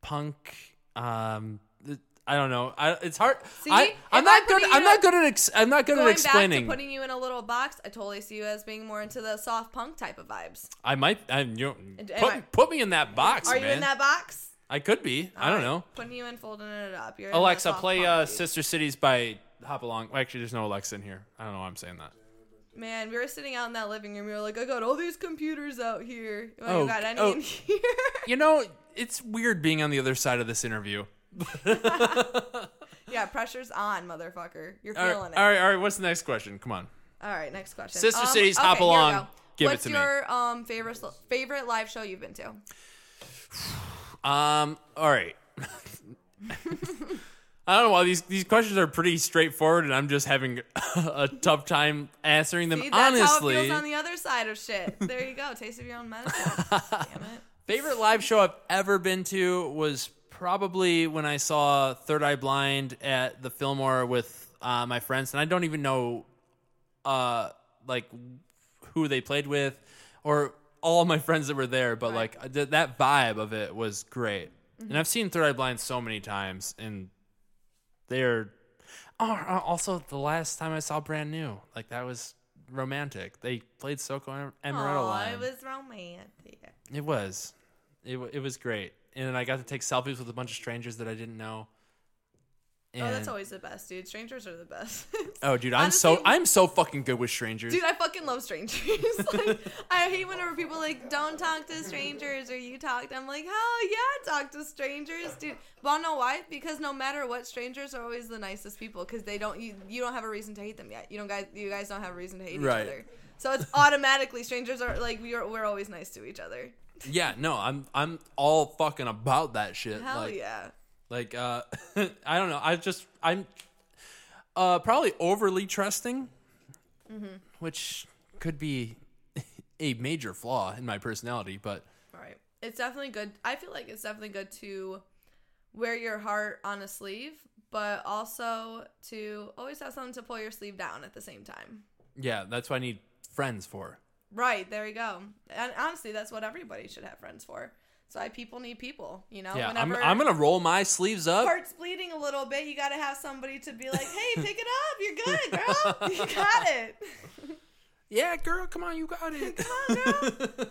A: punk. Um, th- I don't know. I, it's hard.
B: See?
A: I,
B: If
A: I'm
B: I
A: not
B: put
A: good.
B: it, you
A: I'm
B: know-
A: not good at. Ex, I'm not good at
B: Going
A: explaining.
B: back to putting you in a little box, I totally see you as being more into the soft punk type of vibes.
A: I might. I, you know,
B: And-
A: put,
B: am I-
A: put me in that box,
B: Are
A: man.
B: you in that box?
A: I could be. I don't
B: Alright,
A: know.
B: Putting you in, folding it up. You're in the
A: Oh, Alexa,
B: soft
A: play
B: punk
A: uh,
B: beat.
A: "Sister Cities" by Hopalong. Actually, there's no Alexa in here. I don't know why I'm saying that.
B: Man, we were sitting out in that living room. We were like, I got all these computers out here. Like,
A: Oh,
B: you got any
A: oh.
B: in here?
A: You know, it's weird being on the other side of this interview.
B: yeah, pressure's on, motherfucker. You're
A: All right, all
B: feeling it.
A: right, all right. What's the next question? Come on.
B: All right, next question. Um,
A: Sister Cities, hop
B: here we
A: along.
B: go.
A: Give it
B: What's
A: to me.
B: your, um favorite sl- favorite live show you've been to?
A: Um. All right. I don't know why these these questions are pretty straightforward, and I'm just having a tough time answering them.
B: See, that's
A: Honestly,
B: how it feels on the other side of shit. There you go. Taste of your own medicine. Damn it.
A: Favorite live show I've ever been to was probably when I saw Third Eye Blind at the Fillmore with uh, my friends, and I don't even know, uh, like who they played with, or all my friends that were there. But like th- that vibe of it was great, and
B: Mm-hmm.
A: I've seen Third Eye Blind so many times, and they're oh, uh, also the last time I saw Brand New, like that was romantic. They played Soko Em- Amaretto
B: Aw,
A: Line.
B: it was romantic. Oh,
A: It was. It, wa- it was great. And I got to take selfies with a bunch of strangers that I didn't know. And,
B: Oh, that's always the best, dude. Strangers are the best.
A: Oh, dude, I'm so
B: Honestly-
A: I'm so fucking good with strangers.
B: Dude, I fucking love strangers. like, I hate whenever people are like don't talk to strangers or you talk. To, I'm like, oh yeah, talk to strangers, dude. But you know why? Because no matter what, strangers are always the nicest people because they don't you you don't have a reason to hate them yet. You don't guys you guys don't have a reason to hate
A: Right.
B: each other. So it's automatically strangers are like we're we're always nice to each other.
A: yeah, no, I'm I'm all fucking about that shit.
B: Hell
A: like,
B: yeah.
A: Like uh I don't know. I just I'm uh probably overly trusting,
B: Mm-hmm.
A: which could be a major flaw in my personality, but
B: All right. It's definitely good. I feel like it's definitely good to wear your heart on a sleeve, but also to always have something to pull your sleeve down at the same time.
A: yeah, that's what I need friends for.
B: Right, there you go. And honestly, that's what everybody should have friends for. So I people need people, you know?
A: Yeah, I'm, I'm gonna roll my sleeves up.
B: heart's bleeding a little bit, you gotta have somebody to be like, Hey, pick it up, you're good, girl. You got it.
A: Yeah, girl, come on, you got it.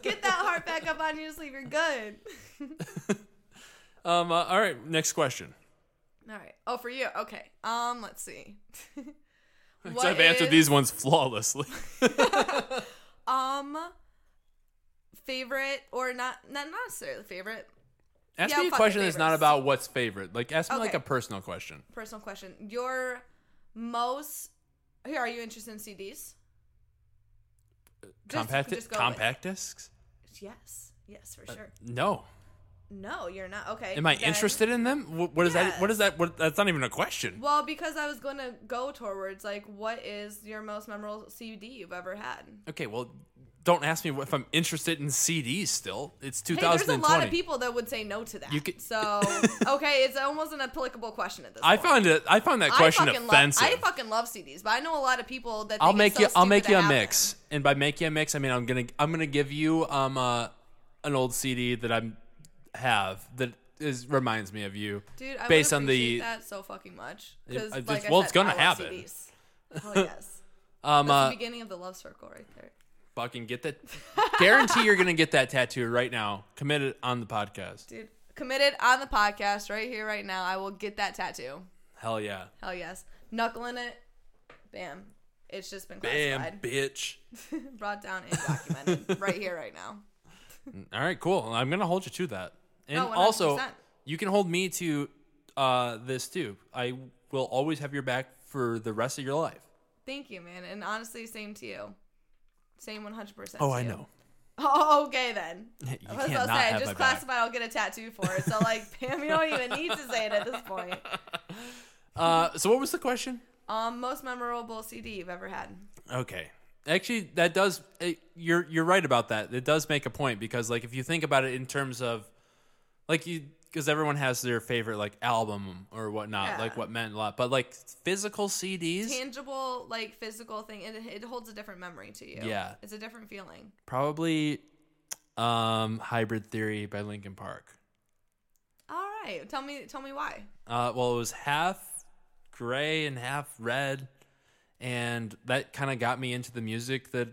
B: Get that heart back up on your sleeve, you're good.
A: Um, uh, all right, next question.
B: All right. Oh, for you. Okay. Um, let's see. What
A: I've answered
B: is-
A: these ones flawlessly.
B: Um, favorite or not? Not not necessarily favorite.
A: ask
B: Yeah,
A: me a
B: fuck
A: question that's not
B: favorites.
A: about what's favorite. Like, ask me like
B: Okay.
A: a personal question.
B: Personal question. Your most. Here, are you interested in CDs? Just-
A: compact
B: just go with-
A: compact discs?
B: Yes. Yes, for sure.
A: No.
B: No, you're not. Okay.
A: Am I
B: then-
A: interested in them? Wh- What is that? What is that? What, that's not even a question.
B: Well, because I was going to go towards like, what is your most memorable CD you've ever had?
A: Okay, well, don't ask me if I'm interested in CDs. Still, it's
B: Hey, there's a
A: 2020.
B: lot of people that would say no to that.
A: You could-
B: so okay, it's almost an applicable question at this.
A: I
B: point.
A: found it. I found that question
B: fucking
A: offensive.
B: Love, I fucking love CDs, but I know a lot of people that.
A: I'll
B: think
A: make
B: it's so
A: you. I'll
B: stupid
A: make
B: to
A: you a
B: have
A: mix, and by make you a mix, I mean I'm gonna. I'm gonna give you um uh, an old CD that I'm have that is reminds me of you.
B: them. Dude, I
A: based
B: based
A: on the
B: that so fucking much. 'Cause,
A: I just-
B: like I
A: well,
B: said,
A: it's gonna
B: I love
A: happen.
B: CDs. Oh yes,
A: um
B: that's
A: uh,
B: the beginning of the love circle right there.
A: fucking get that. Guarantee you're gonna get that tattoo right now. Commit it on the podcast.
B: Dude, committed on the podcast right here, right now. I will get that tattoo.
A: Hell yeah.
B: Hell yes, knuckling it, bam. It's just been
A: Bam,
B: classified,
A: bitch.
B: brought down and documented right here, right now.
A: All right, cool. I'm gonna hold you to that, and
B: No, 100%.
A: also you can hold me to uh this too. I will always have your back for the rest of your life.
B: Thank you, man. And honestly, same to you. Same 100%.
A: Oh,
B: to
A: I
B: you.
A: know.
B: Oh, okay then.
A: You
B: I was
A: can't
B: about
A: not
B: to say,
A: have my
B: just
A: back.
B: classified, I'll get a tattoo for it. So, like, Pam, you don't even need to say it at this point.
A: Uh, so what was the question?
B: Um, most memorable CD you've ever had.
A: Okay. Actually, that does. It, you're you're right about that. It does make a point because, like, if you think about it in terms of, like, you because everyone has their favorite like album or whatnot,
B: Yeah.
A: like what meant a lot. But like physical CDs,
B: Tangible, like, physical thing. It, it holds a different memory to you.
A: Yeah.
B: It's a different feeling.
A: probably, um, Hybrid Theory by Linkin Park.
B: All right. Tell me, tell me why.
A: Uh, well, it was half gray and half red, and that kind of got me into the music that,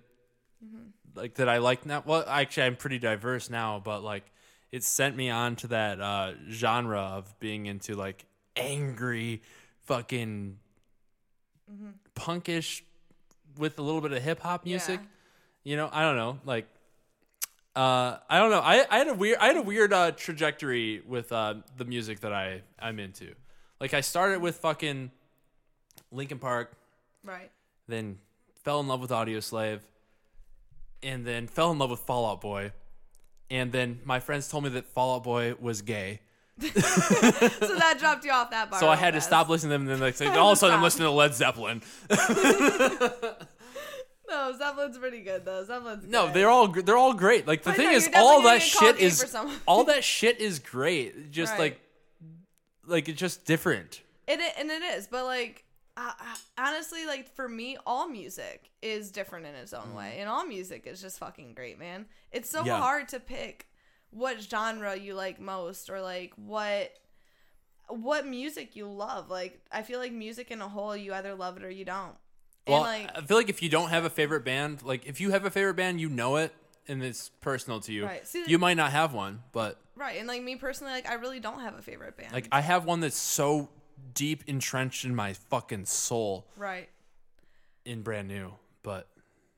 A: like that I like now. Well, actually, I'm pretty diverse now, but like it sent me on to that uh, genre of being into like angry, fucking punkish with a little bit of hip hop music.
F: Yeah.
A: You know, I don't know, like uh, I don't know. I, I had a weird I had a weird uh, trajectory with uh, the music that I I'm into. Like I started with fucking Linkin Park,
B: Right.
A: then fell in love with Audio Slave, and then fell in love with Fallout Boy, and then my friends told me that Fallout Boy was gay,
B: So that dropped you off that bar.
A: so I
B: real
A: had to
B: fast.
A: stop listening to them. And then like, all of a sudden I'm
B: Stop.
A: listening to Led Zeppelin.
B: No, Zeppelin's pretty good though. Zeppelin's
A: No,
B: good.
A: they're all gr- they're all great. Like the
B: I
A: thing
B: know,
A: is,
B: you're definitely
A: all
B: gonna
A: that
B: get called
A: shit
B: gay for
A: is
B: someone.
A: all that shit is great. Just
B: Right.
A: like like it's just different.
B: It i- and it is, but like uh, honestly, like for me, all music is different in its own way, and all music is just fucking great, man. It's so
A: Mm-hmm. Yeah.
B: hard to pick what genre you like most, or like what what music you love. Like I feel like music in a whole, you either love it or you don't.
A: Well, uh,
B: and like
A: I feel like if you don't have a favorite band, like if you have a favorite band, you know it and it's personal to you.
B: Right. See,
A: you might not have one, but
B: right, and like me personally, like I really don't have a favorite band.
A: like I have one that's so deep entrenched in my fucking soul
B: right,
A: in brand new, but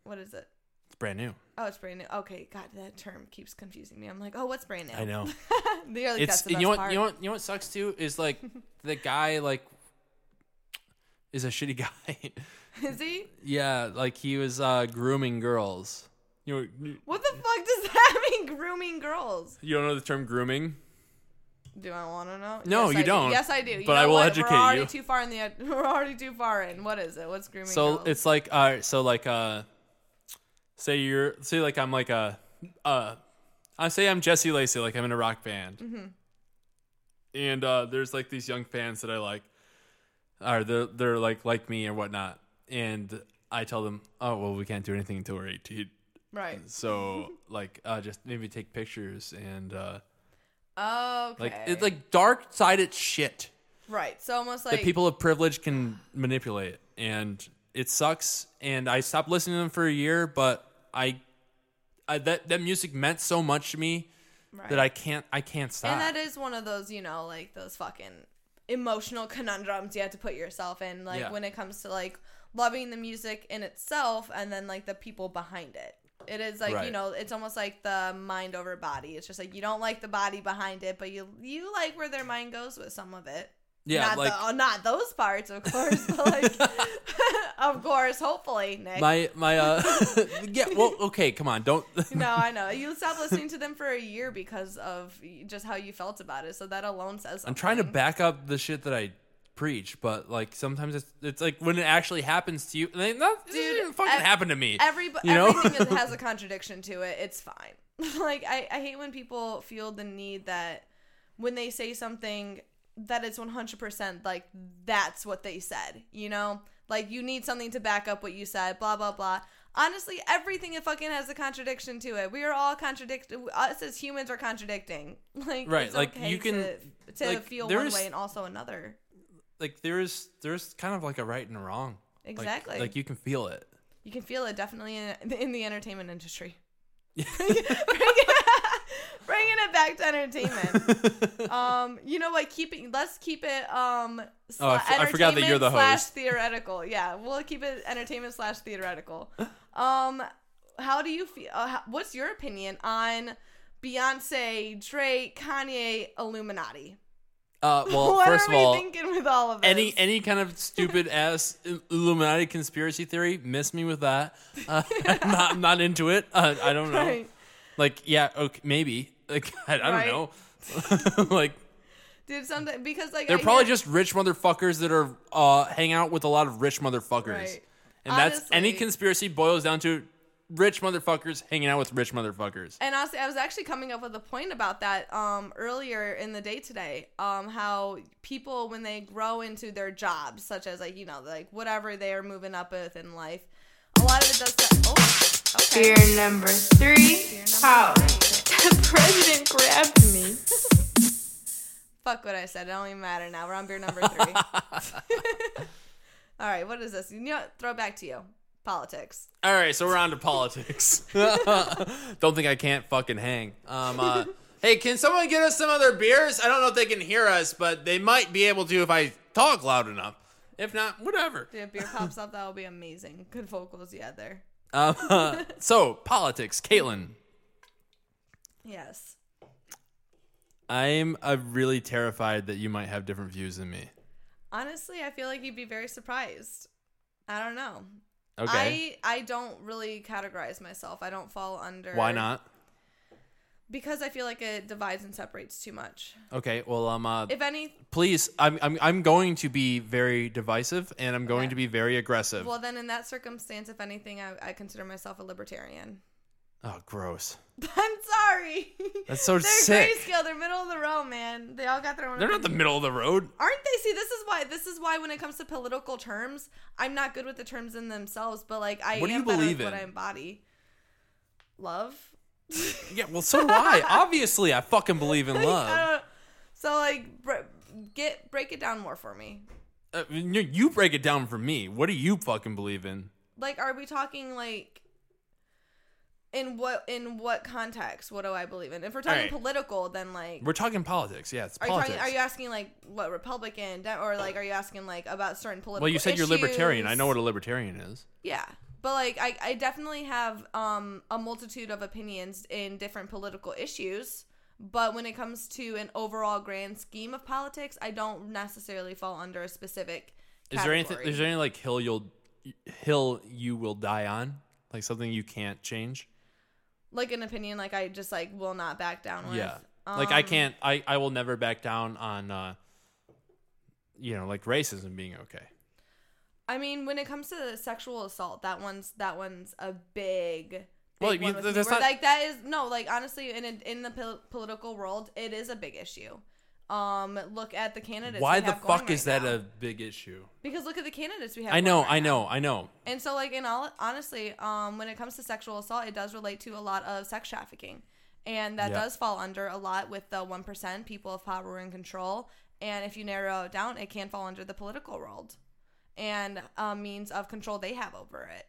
B: what is it?
A: it's brand new.
B: Oh, it's brand new. Okay, God, that term keeps confusing me. I'm like, oh, what's brand new?
A: I know.
B: You're like, that's
A: it's
B: the best
A: you know what
B: part.
A: you know what you know what sucks too is like the guy like is a shitty guy.
B: Is he?
A: Yeah, like he was uh, grooming girls. You know,
B: What the fuck does that mean? Grooming girls?
A: you don't know the term grooming?
B: Do I want to know?
A: No,
B: Yes,
A: you
B: I do.
A: don't.
B: Yes, I do. You
A: But I
B: know
A: will
B: what?
A: educate
B: We're already
A: you.
B: too far in the. ed- We're already too far in. What is it? What's grooming?
A: So
B: girls?
A: it's like, all right, so like, uh, say you're, say like I'm like a, uh, I say I'm Jesse Lacey, like I'm in a rock band, and uh, there's like these young fans that I like, or they're they're like like me or whatnot, and I tell them, oh well, we can't do anything until we're 18,
B: right.
A: so like uh, just maybe take pictures and uh,
B: Okay.
A: like it's like dark sided shit.
B: right. So almost
A: that
B: like
A: people of privilege can manipulate and it sucks and i stopped listening to them for a year but i, I that that music meant so much to me
B: right.
A: that i can't i can't stop
B: And that is one of those, you know, like those fucking emotional conundrums you have to put yourself in, like
A: Yeah.
B: when it comes to like loving the music in itself and then like the people behind it. It is like you
A: Right.
B: know, it's almost like the mind over body. It's just like you don't like the body behind it, but you you like where their mind goes with some of it.
A: yeah
B: not
A: like
B: the, oh, not those parts, of course. But like, of course, hopefully, Nick.
A: my my uh yeah well okay come on don't
B: No, I know. You stopped listening to them for a year because of just how you felt about it. So that alone says something.
A: i'm trying to back up the shit that i preach but like sometimes it's it's like when it actually happens to you like, no, it
B: Dude,
A: didn't fucking
B: ev-
A: happen to me
B: Every,
A: you know?
B: everything is, has a contradiction to it. It's fine. like I, I hate when people feel the need that when they say something that it's 100% like that's what they said, you know? Like you need something to back up what you said, blah blah blah. Honestly, everything it fucking has a contradiction to it. We are all contradicting. Us as humans are contradicting. Like
A: Right,
B: it's
A: like,
B: okay
A: you can-
B: to, to
A: like,
B: feel one
A: there's-
B: way and also another.
A: like there's there's kind of like a right and a wrong Like-
B: Exactly.
A: like you can feel it
B: You can feel it definitely in, in the entertainment industry. Bringing it back to entertainment. um, you know what? Keeping let's keep it. Um, sla-
A: Oh, I f- I forgot that you're the
B: entertainment slash
A: host.
B: Theoretical, yeah. We'll keep it entertainment slash theoretical. Um, how do you feel? Uh, how- what's your opinion on Beyonce, Drake, Kanye, Illuminati?
A: Uh, well,
B: what
A: first
B: are
A: of all,
B: we thinking with all of this?
A: any any kind of stupid ass Illuminati conspiracy theory, miss me with that. Uh, I'm not I'm not into it. Uh, I don't know.
B: Right.
A: Like, yeah, okay, maybe. Like, I, I don't
B: Right.
A: know. like,
B: Dude, something because like
A: they're
B: I
A: probably
B: hear-
A: just rich motherfuckers that are uh, hang out with a lot of rich motherfuckers,
B: Right.
A: and that's any
B: Honestly-
A: conspiracy boils down to rich motherfuckers hanging out with rich motherfuckers.
B: And honestly, I was actually coming up with a point about that um, earlier in the day today. Um, how people, when they grow into their jobs, such as like you know, like whatever they are moving up with in life, a lot of it does. oh, okay.
D: Fear number three. How the president grabbed me.
B: Fuck what I said. It don't even matter now. We're on beer number three. All right, what is this? You know, what? throw it back to you. Politics.
A: All right, so we're on to politics. don't think I can't fucking hang. Um, uh, hey, can someone get us some other beers? I don't know if they can hear us, but they might be able to if I talk loud enough. If not, whatever.
B: If beer pops up, that will be amazing. Good vocals you had there.
A: Um, so politics, Caitlin.
B: Yes.
A: I'm uh, really terrified that you might have different views than me.
B: Honestly, I feel like you'd be very surprised. I don't know.
A: Okay.
B: I I don't really categorize myself. I don't fall under.
A: Why not?
B: Because I feel like it divides and separates too much.
A: Okay. Well, um, uh,
B: If any,
A: please, I'm, I'm I'm going to be very divisive and I'm going to be very aggressive.
B: well, then in that circumstance, if anything, I, I consider myself a libertarian.
A: oh, gross.
B: I'm sorry.
A: That's so
B: they're
A: sick.
B: grayscale. They're middle of the road, man. They all got their own.
A: They're not the
B: opinion.
A: middle of the road.
B: Aren't they? See, this is why. This is why when it comes to political terms, I'm not good with the terms in themselves. But like, I
A: What do
B: am
A: you
B: better
A: believe
B: with what
A: in?
B: I embody. Love.
A: Yeah. Well, so do I. Obviously, I fucking believe in
B: Like, uh, I
A: love.
B: don't- so like, br- get break it down more for me.
A: Uh, you, you break it down for me. What do you fucking believe in?
B: Like, are we talking like? In what in what context? What do I believe in? If we're talking
A: Alright.
B: political, then like
A: We're talking politics. Yeah, it's
B: Are you,
A: politics.
B: talking, are you asking like what Republican de- or like are you asking like about certain political?
A: well, you said you're
B: issues?
A: libertarian. I know what a libertarian is.
B: yeah, but like I, I definitely have um a multitude of opinions in different political issues. But when it comes to an overall grand scheme of politics, I don't necessarily fall under a specific.
A: Is there anything?
B: category.
A: Is there any like hill you'll hill you will die on? Like something you can't change?
B: like an opinion like I just like will not back down with?
A: Yeah. like I
B: Um,
A: can't. I I will never back down on. uh You know, like racism being okay.
B: I mean, when it comes to sexual assault, that one's that one's a big.
A: Well,
B: big
A: you-
B: one with me,
A: that's
B: where,
A: not-
B: like that is no like honestly in a, in the pol- political world it is a big issue. Um, look at the candidates.
A: Why
B: we
A: the
B: have going
A: fuck
B: right
A: is that
B: now.
A: a big issue?
B: Because look at the candidates we have.
A: I
B: going
A: know,
B: right
A: I
B: now.
A: know, I know.
B: And so, like in all honestly, um, when it comes to sexual assault, it does relate to a lot of sex trafficking, and that
A: Yeah.
B: does fall under a lot with the one percent people of power and control. And if you narrow it down, it can fall under the political world, and uh, means of control they have over it.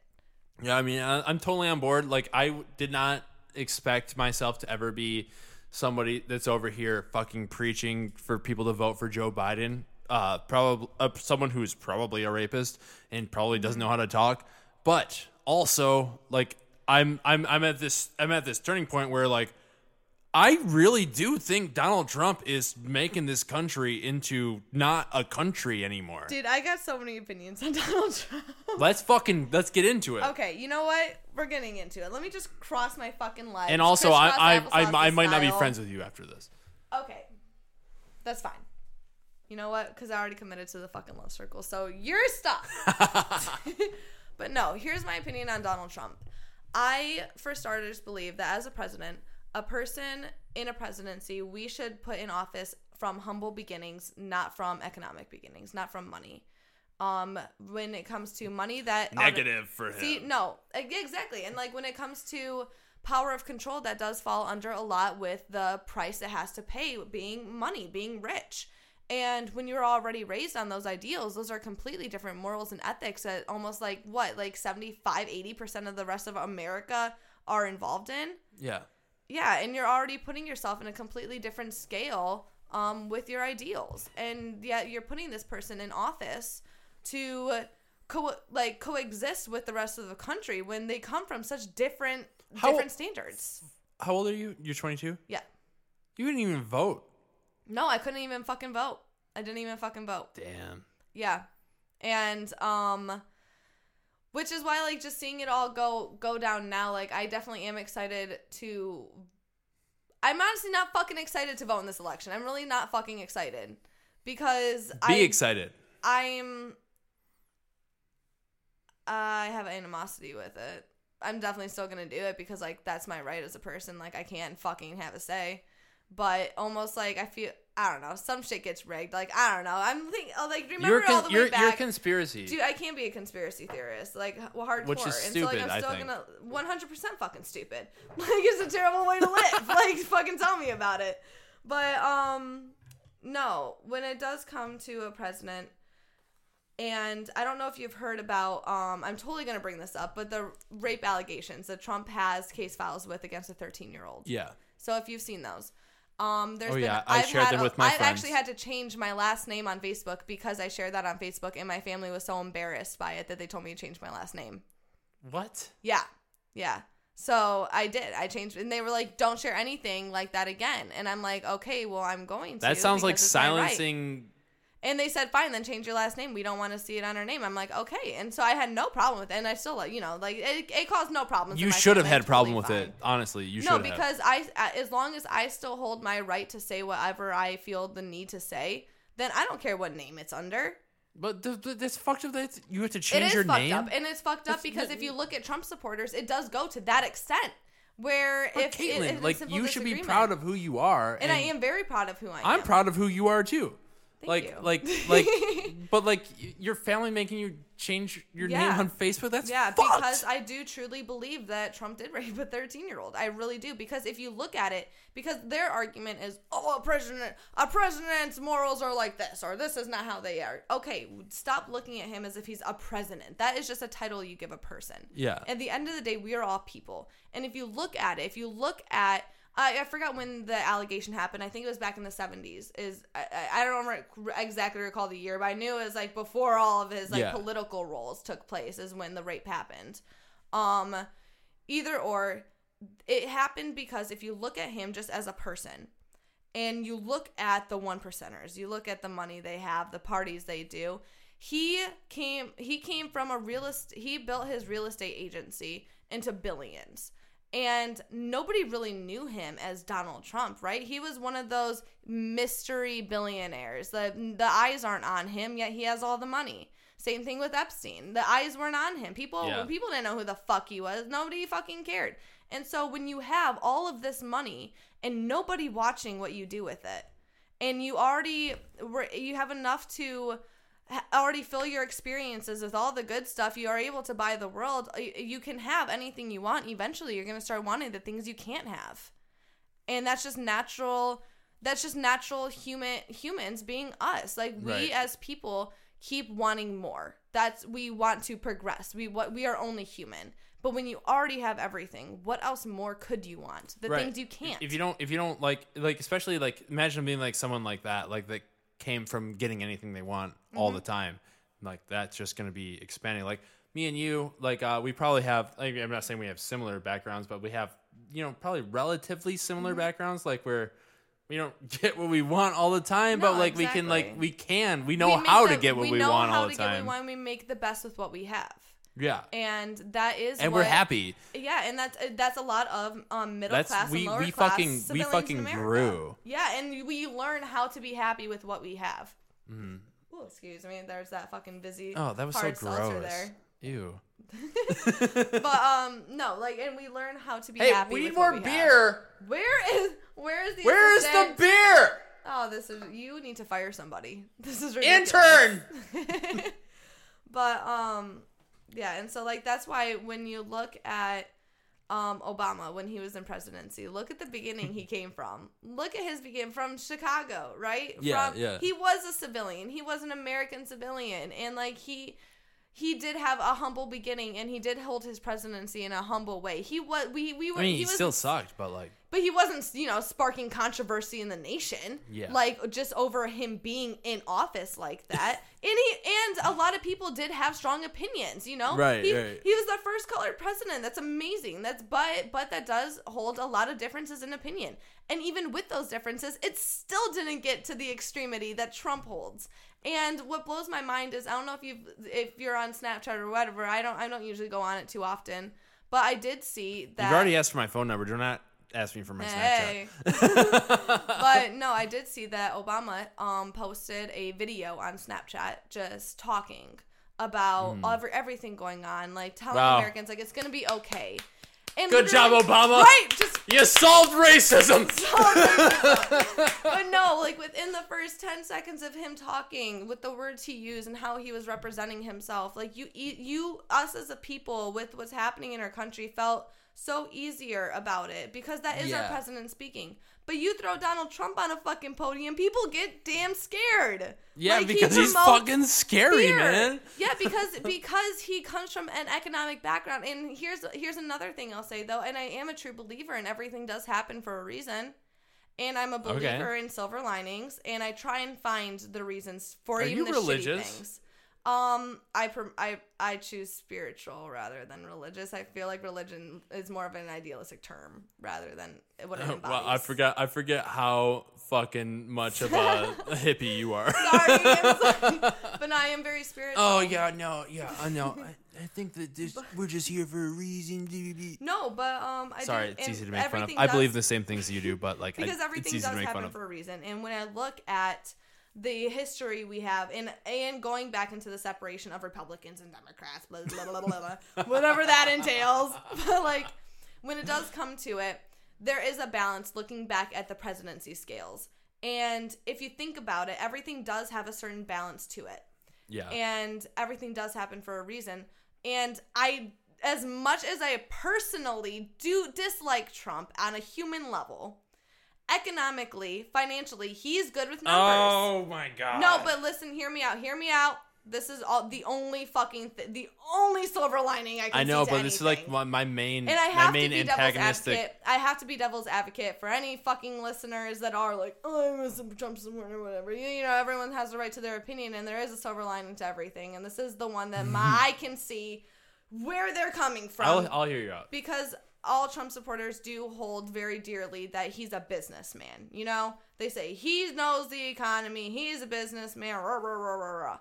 A: Yeah, I mean, I, I'm totally on board. Like, I w- did not expect myself to ever be somebody that's over here fucking preaching for people to vote for Joe Biden. Uh, probably uh, someone who's probably a rapist and probably doesn't
B: Mm-hmm.
A: know how to talk. But also, like, I'm I'm I'm at this I'm at this turning point where like I really do think Donald Trump is making this country into not a country anymore.
B: Dude, I got so many opinions on Donald Trump.
A: Let's fucking let's get into it.
B: Okay, you know what? We're getting into it. Let me just cross my fucking legs.
A: And also, I I,
B: crisscross
A: I, I
B: applesauce
A: might not be
B: style.
A: friends with you after this.
B: Okay. That's fine. You know what? Because I already committed to the fucking love circle. So you're stuck. but no, here's my opinion on Donald Trump. I, for starters, believe that as a president, a person in a presidency, we should put in office from humble beginnings, not from economic beginnings, not from money. Um, when it comes to money, that
A: Negative for him.
B: See, no, e- exactly. And like when it comes to power of control, that does fall under a lot with the price it has to pay being money, being rich. And when you're already raised on those ideals, those are completely different morals and ethics that almost like what, like 75, 80% of the rest of America are involved in.
A: yeah.
B: Yeah, and you're already putting yourself in a completely different scale um, with your ideals, and yet you're putting this person in office to co- like coexist with the rest of the country when they come from such different
A: How-
B: different standards.
A: How old are you? You're 22.
B: Yeah,
A: You didn't even vote.
B: no, I couldn't even fucking vote. I didn't even fucking vote.
A: Damn.
B: Yeah, and um, which is why like just seeing it all go go down now, like I definitely am excited to I'm honestly not fucking excited to vote in this election. I'm really not fucking excited because
A: Be
B: I
A: excited.
B: I'm I have animosity with it. I'm definitely still gonna do it because like that's my right as a person. Like I can't fucking have a say. But almost like I feel I don't know some shit gets rigged. Like I don't know. I'm thinking like remember
A: You're, a
B: all
A: con-
B: the
A: you're,
B: way
A: you're a
B: back.
A: conspiracy.
B: Dude, I can't be a conspiracy theorist. Like h- hardcore.
A: Which is
B: and so
A: stupid,
B: like
A: I
B: I'm still
A: think.
B: gonna one hundred percent fucking stupid. Like it's a terrible way to live. like fucking tell me about it. But um no, when it does come to a president and I don't know if you've heard about um I'm totally gonna bring this up, but the rape allegations that Trump has case files with against a thirteen year old.
A: yeah.
B: So if you've seen those, Um, there's
A: Oh,
B: been,
A: yeah, I shared
B: had
A: them
B: a-
A: with my
B: I've actually had
A: friends.
B: to change my last name on Facebook because I shared that on Facebook, and my family was so embarrassed by it that they told me to change my last name.
A: What?
B: Yeah. Yeah. So I did. I changed and they were like, Don't share anything like that again. And I'm like, Okay, well I'm going to
A: That sounds like
B: because it's my right."
A: silencing.
B: And they said, Fine, then change your last name. We don't want to see it on our name. I'm like, Okay. And so I had no problem with it. And I still like you know, like it, it caused no problems. in
A: You
B: my
A: should have
B: family.
A: had
B: It's
A: problem with
B: totally
A: it. Honestly, you should
B: fine. No,
A: have.
B: because I a- as long as I still hold my right to say whatever I feel the need to say, then I don't care what name it's under.
A: But th- th- that's fucked up. That you have to
B: It
A: change
B: is
A: your
B: fucked
A: name.
B: up, and it's fucked up because if you look at Trump supporters, it does go to that extent. Where
A: But
B: if it-
A: Caitlin,
B: if it's
A: like
B: simple
A: you should be
B: disagreement.
A: proud of who you are,
B: and I am very proud of who I am.
A: I'm proud of who you are too.
B: Thank
A: like,
B: you.
A: like, like, but like y- your family making you change your
B: Yeah.
A: name on Facebook. That's
B: Yeah,
A: fucked.
B: because I do truly believe that Trump did rape a 13 year old. I really do. Because if you look at it, because their argument is, oh, a president, a president's morals are like this, or this is not how they are. Okay, stop looking at him as if he's a president. That is just a title you give a person.
A: Yeah.
B: At the end of the day, we are all people. And if you look at it, if you look at I I forgot when the allegation happened. I think it was back in the 70s. Is I, I- I don't remember exactly recall the year, but I knew it was like before all of his like
A: Yeah.
B: political roles took place is when the rape happened. Um either or it happened because if you look at him just as a person and you look at the one percenters, you look at the money they have, the parties they do. He came he came from a real estate he built his real estate agency into billions. And nobody really knew him as Donald Trump, right? He was one of those mystery billionaires. The the eyes aren't on him, yet he has all the money. Same thing with Epstein. The eyes weren't on him. People
A: Yeah.
B: people didn't know who the fuck he was. Nobody fucking cared. And so when you have all of this money and nobody watching what you do with it, and you already were you have enough to ha- already fill your experiences with all the good stuff you are able to buy the world y- you can have anything you want eventually you're going to start wanting the things you can't have and that's just natural that's just natural human humans being us like we
A: Right.
B: as people keep wanting more that's we want to progress we what we are only human but when you already have everything what else more could you want the
A: Right.
B: things you can't
A: If you don't, if you don't like, like especially like, imagine being like someone like that, like that came from getting anything they want all
B: Mm-hmm.
A: the time. Like that's just going to be expanding. Like me and you, like uh, we probably have. Like, I'm not saying we have similar backgrounds, but we have, you know, probably relatively similar
B: Mm-hmm.
A: backgrounds. Like where we don't get what we want all the time,
B: No,
A: but like we can, like
B: exactly.
A: we can, we know
B: we make
A: how
B: the-
A: to get what we,
B: know
A: want
B: how
A: all
B: to
A: the
B: get what
A: time.
B: we want. We make the best with what we have,
A: Yeah,
B: and that is
A: and we're
B: what-
A: happy.
B: Yeah, and that's uh, that's a lot of um, middle
A: That's-
B: class
A: we-
B: and lower
A: we
B: class.
A: fucking- we
B: civilians in
A: fucking
B: America.
A: grew.
B: Yeah, and we learn how to be happy with what we have. Oh, excuse me. There's that fucking busy.
A: Mm-hmm. Oh, that was so
B: hard seltzer
A: gross.
B: There.
A: Ew.
B: But um, no, like, and we learn how to be
A: Hey,
B: happy.
A: we need
B: with
A: more
B: what we have.
A: beer.
B: Where is where is the
A: Where is the
B: assistant?
A: beer?
B: Oh, this is you need to fire somebody. This is ridiculous.
A: Intern.
B: but um yeah and so like that's why when you look at um obama when he was in presidency look at the beginning he came from look at his begin from chicago right
A: Yeah,
B: from,
A: yeah.
B: he was a civilian he was an american civilian and like he he did have a humble beginning and he did hold his presidency in a humble way he was we we were
A: I mean, he,
B: was
A: still sucked, but like,
B: but he wasn't, you know, sparking controversy in the nation.
A: Yeah.
B: Like just over him being in office like that. and he and a lot of people did have strong opinions, you know?
A: Right,
B: He,
A: right.
B: he was the first colored president. That's amazing. That's but but that does hold a lot of differences in opinion. And even with those differences, it still didn't get to the extremity that Trump holds. And what blows my mind is I don't know if you if you're on Snapchat or whatever. I don't I don't usually go on it too often, but I did see that
A: you've already asked for my phone number. Do not ask me for my
B: Hey. but no, I did see that Obama um, posted a video on Snapchat just talking about every, everything going on, like telling
A: Hmm. Wow.
B: Americans like it's gonna be okay. And
A: Good job,
B: literally-
A: Obama.
B: Right, just
A: Snapchat. You solved racism.
B: but no, like within the first 10 seconds of him talking with the words he used and how he was representing himself, like you, e, you, us as a people with what's happening in our country felt so easier about it because that is our
A: Yeah.
B: president speaking. But you throw Donald Trump on a fucking podium, people get damn scared.
A: Yeah,
B: Like, he
A: because he's
B: promotes
A: fucking scary,
B: fear.
A: man.
B: Yeah, because because he comes from an economic background. And here's here's another thing I'll say though, and I am a true believer, and everything does happen for a reason. and I'm a
A: Okay.
B: believer in silver linings, and I try and find the reasons for
A: Are
B: even
A: you
B: the shitty
A: religious?
B: things. Um, I prom- I I choose spiritual rather than religious. I feel like religion is more of an idealistic term rather than what it
A: Oh, well,
B: embodies.
A: I forgot. I forget how fucking much of a hippie you are.
B: Sorry, I'm sorry. but I am very spiritual.
A: Oh yeah, no, yeah, I know. I, I think that this, we're just here for a reason.
B: No, but um, I
A: Sorry,
B: do,
A: it's
B: and
A: easy to make fun of.
B: everything
A: I believe
B: does-
A: the same things you do, but like, I-
B: because
A: it's
B: everything
A: easy
B: does
A: to make fun
B: happen
A: of.
B: for a reason. And when I look at the history we have, and and going back into the separation of Republicans and Democrats, blah blah blah blah, blah whatever that entails, but like when it does come to it, there is a balance looking back at the presidency scales. And if you think about it, everything does have a certain balance to it
A: yeah,
B: and everything does happen for a reason. And I, as much as I personally do dislike Trump on a human level, economically, financially, he's good with numbers.
A: Oh my god.
B: No, but listen, hear me out. Hear me out. This is all the only fucking th- the only silver lining I can.
A: I know,
B: see
A: but
B: to
A: this is like
B: anything.
A: my, my main,
B: And I
A: my
B: have to
A: main
B: be devil's
A: antagonistic.
B: advocate. I have to be devil's advocate for any fucking listeners that are like, oh, I'm a Trump support or whatever. You, you know, everyone has the right to their opinion, and there is a silver lining to everything. And this is the one that my, I can see where they're coming from
A: I'll, I'll hear you out.
B: because all Trump supporters do hold very dearly that he's a businessman. You know, they say he knows the economy, he's a businessman, rah, rah, rah, rah, rah.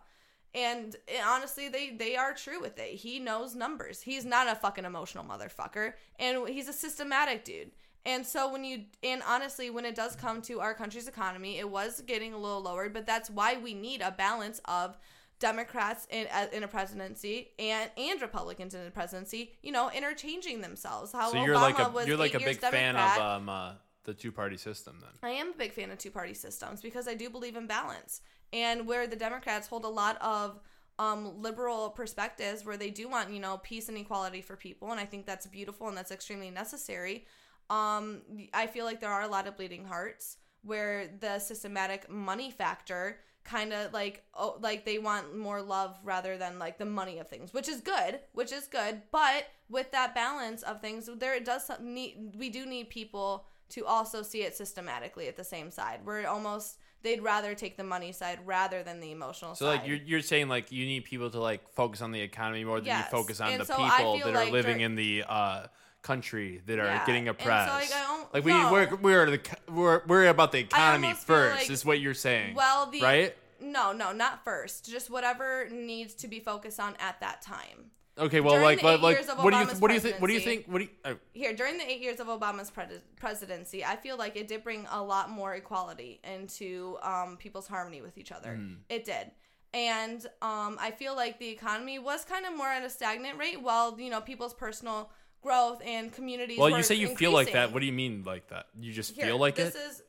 B: And eh, honestly, they, they are true with it. He knows numbers. He's not a fucking emotional motherfucker. And he's a systematic dude. And so when you, and honestly, when it does come to our country's economy, it was getting a little lowered, but that's why we need a balance of Democrats in, uh, in a presidency and and Republicans in a presidency, you know, interchanging themselves. How
A: So
B: Obama
A: you're like a
B: was
A: you're like a
B: eight years
A: big fan
B: Democrat.
A: of um uh, the two party system then.
B: I am a big fan of two party systems because I do believe in balance. And where the Democrats hold a lot of um, liberal perspectives, where they do want, you know, peace and equality for people. And I think that's beautiful and that's extremely necessary. Um, I feel like there are a lot of bleeding hearts where the systematic money factor kind of like oh like they want more love rather than like the money of things which is good which is good but with that balance of things there it does some- need we do need people to also see it systematically at the same side we're almost they'd rather take the money side rather than the emotional
A: So
B: side
A: like you're you're saying like you need people to like focus on the economy more than
B: Yes.
A: you focus on
B: And
A: the
B: so I
A: people
B: feel
A: that
B: like
A: are living
B: dur-
A: in the uh country that are
B: Yeah.
A: getting
B: And so,
A: oppressed.
B: like, I don't-
A: Like, we
B: no.
A: we're we're the co- we're we're about the economy
B: almost feel
A: first
B: like-
A: is what you're saying.
B: well the
A: right?
B: no no not first just whatever needs to be focused on at that time
A: Okay, well
B: during
A: like
B: the eight
A: like, like
B: years of
A: what do you
B: Obama's
A: th- what do you think what do you
B: presidency-
A: think what do you uh,
B: here during the eight years of Obama's pres presidency, I feel like it did bring a lot more equality into um, people's harmony with each other.
A: Mm.
B: It did. And um, I feel like the economy was kind of more at a stagnant rate, while you know people's personal growth and communities.
A: Well,
B: were
A: you say you feel like that.
B: increasing.
A: What do you mean like that? You just
B: Here,
A: feel like it?
B: this is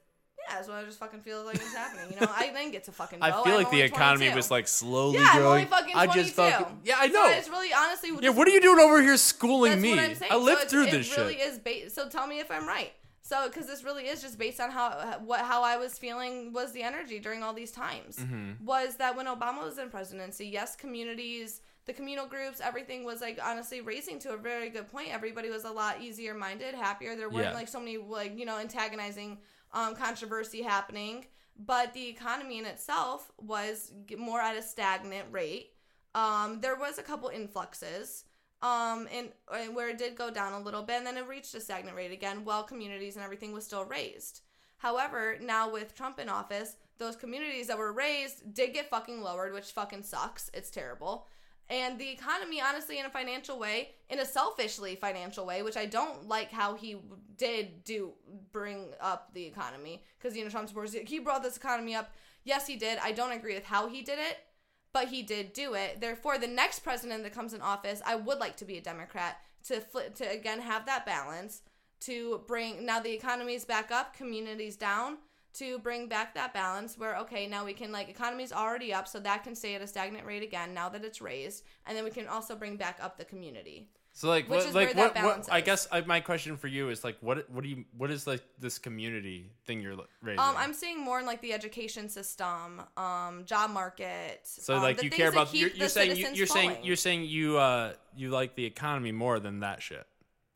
B: yeah, that's what I just fucking feel like it's happening. You know, I didn't get to fucking. Go.
A: I feel
B: I'm
A: like the
B: only
A: economy
B: 22.
A: was like slowly
B: yeah, I'm
A: growing.
B: only fucking
A: I
B: twenty-two.
A: just fucking yeah, I
B: So
A: know.
B: it's really honestly.
A: yeah, what are you doing over here schooling
B: That's
A: me?
B: What I'm saying.
A: I
B: So
A: lived
B: it's-
A: through this
B: It really
A: shit.
B: is. Ba- so tell me if I'm right. So because this really is just based on how what how I was feeling was the energy during all these times
A: Mm-hmm.
B: was that when Obama was in presidency, yes, communities, the communal groups, everything was like honestly raising to a very good point. Everybody was a lot easier minded, happier. There weren't
A: Yeah.
B: like so many like you know antagonizing um, controversy happening. But the economy in itself was g- more at a stagnant rate. Um, there was a couple influxes um and, and where it did go down a little bit and then it reached a stagnant rate again while communities and everything was still raised however now with trump in office those communities that were raised did get fucking lowered which fucking sucks it's terrible and the economy honestly in a financial way in a selfishly financial way which i don't like how he did do bring up the economy because you know trump supporters he brought this economy up yes he did i don't agree with how he did it but he did do it. Therefore, the next president that comes in office, I would like to be a Democrat to flip to again have that balance to bring now the economy's back up, communities down to bring back that balance where okay now we can like economy's already up so that can stay at a stagnant rate again now that it's raised and then we can also bring back up the community
A: So like,
B: Which
A: what,
B: is where
A: like
B: that
A: what, what?
B: balance
A: I
B: is.
A: guess I, my question for you is like, what? What do you? What is like this community thing you're l- raising?
B: um i'm seeing more in like the education system um job market
A: so
B: um,
A: like
B: the
A: you
B: things
A: care
B: that
A: about you're,
B: keep
A: you're
B: the
A: saying you,
B: citizens
A: you're saying
B: going.
A: you're saying you uh you like the economy more than that shit.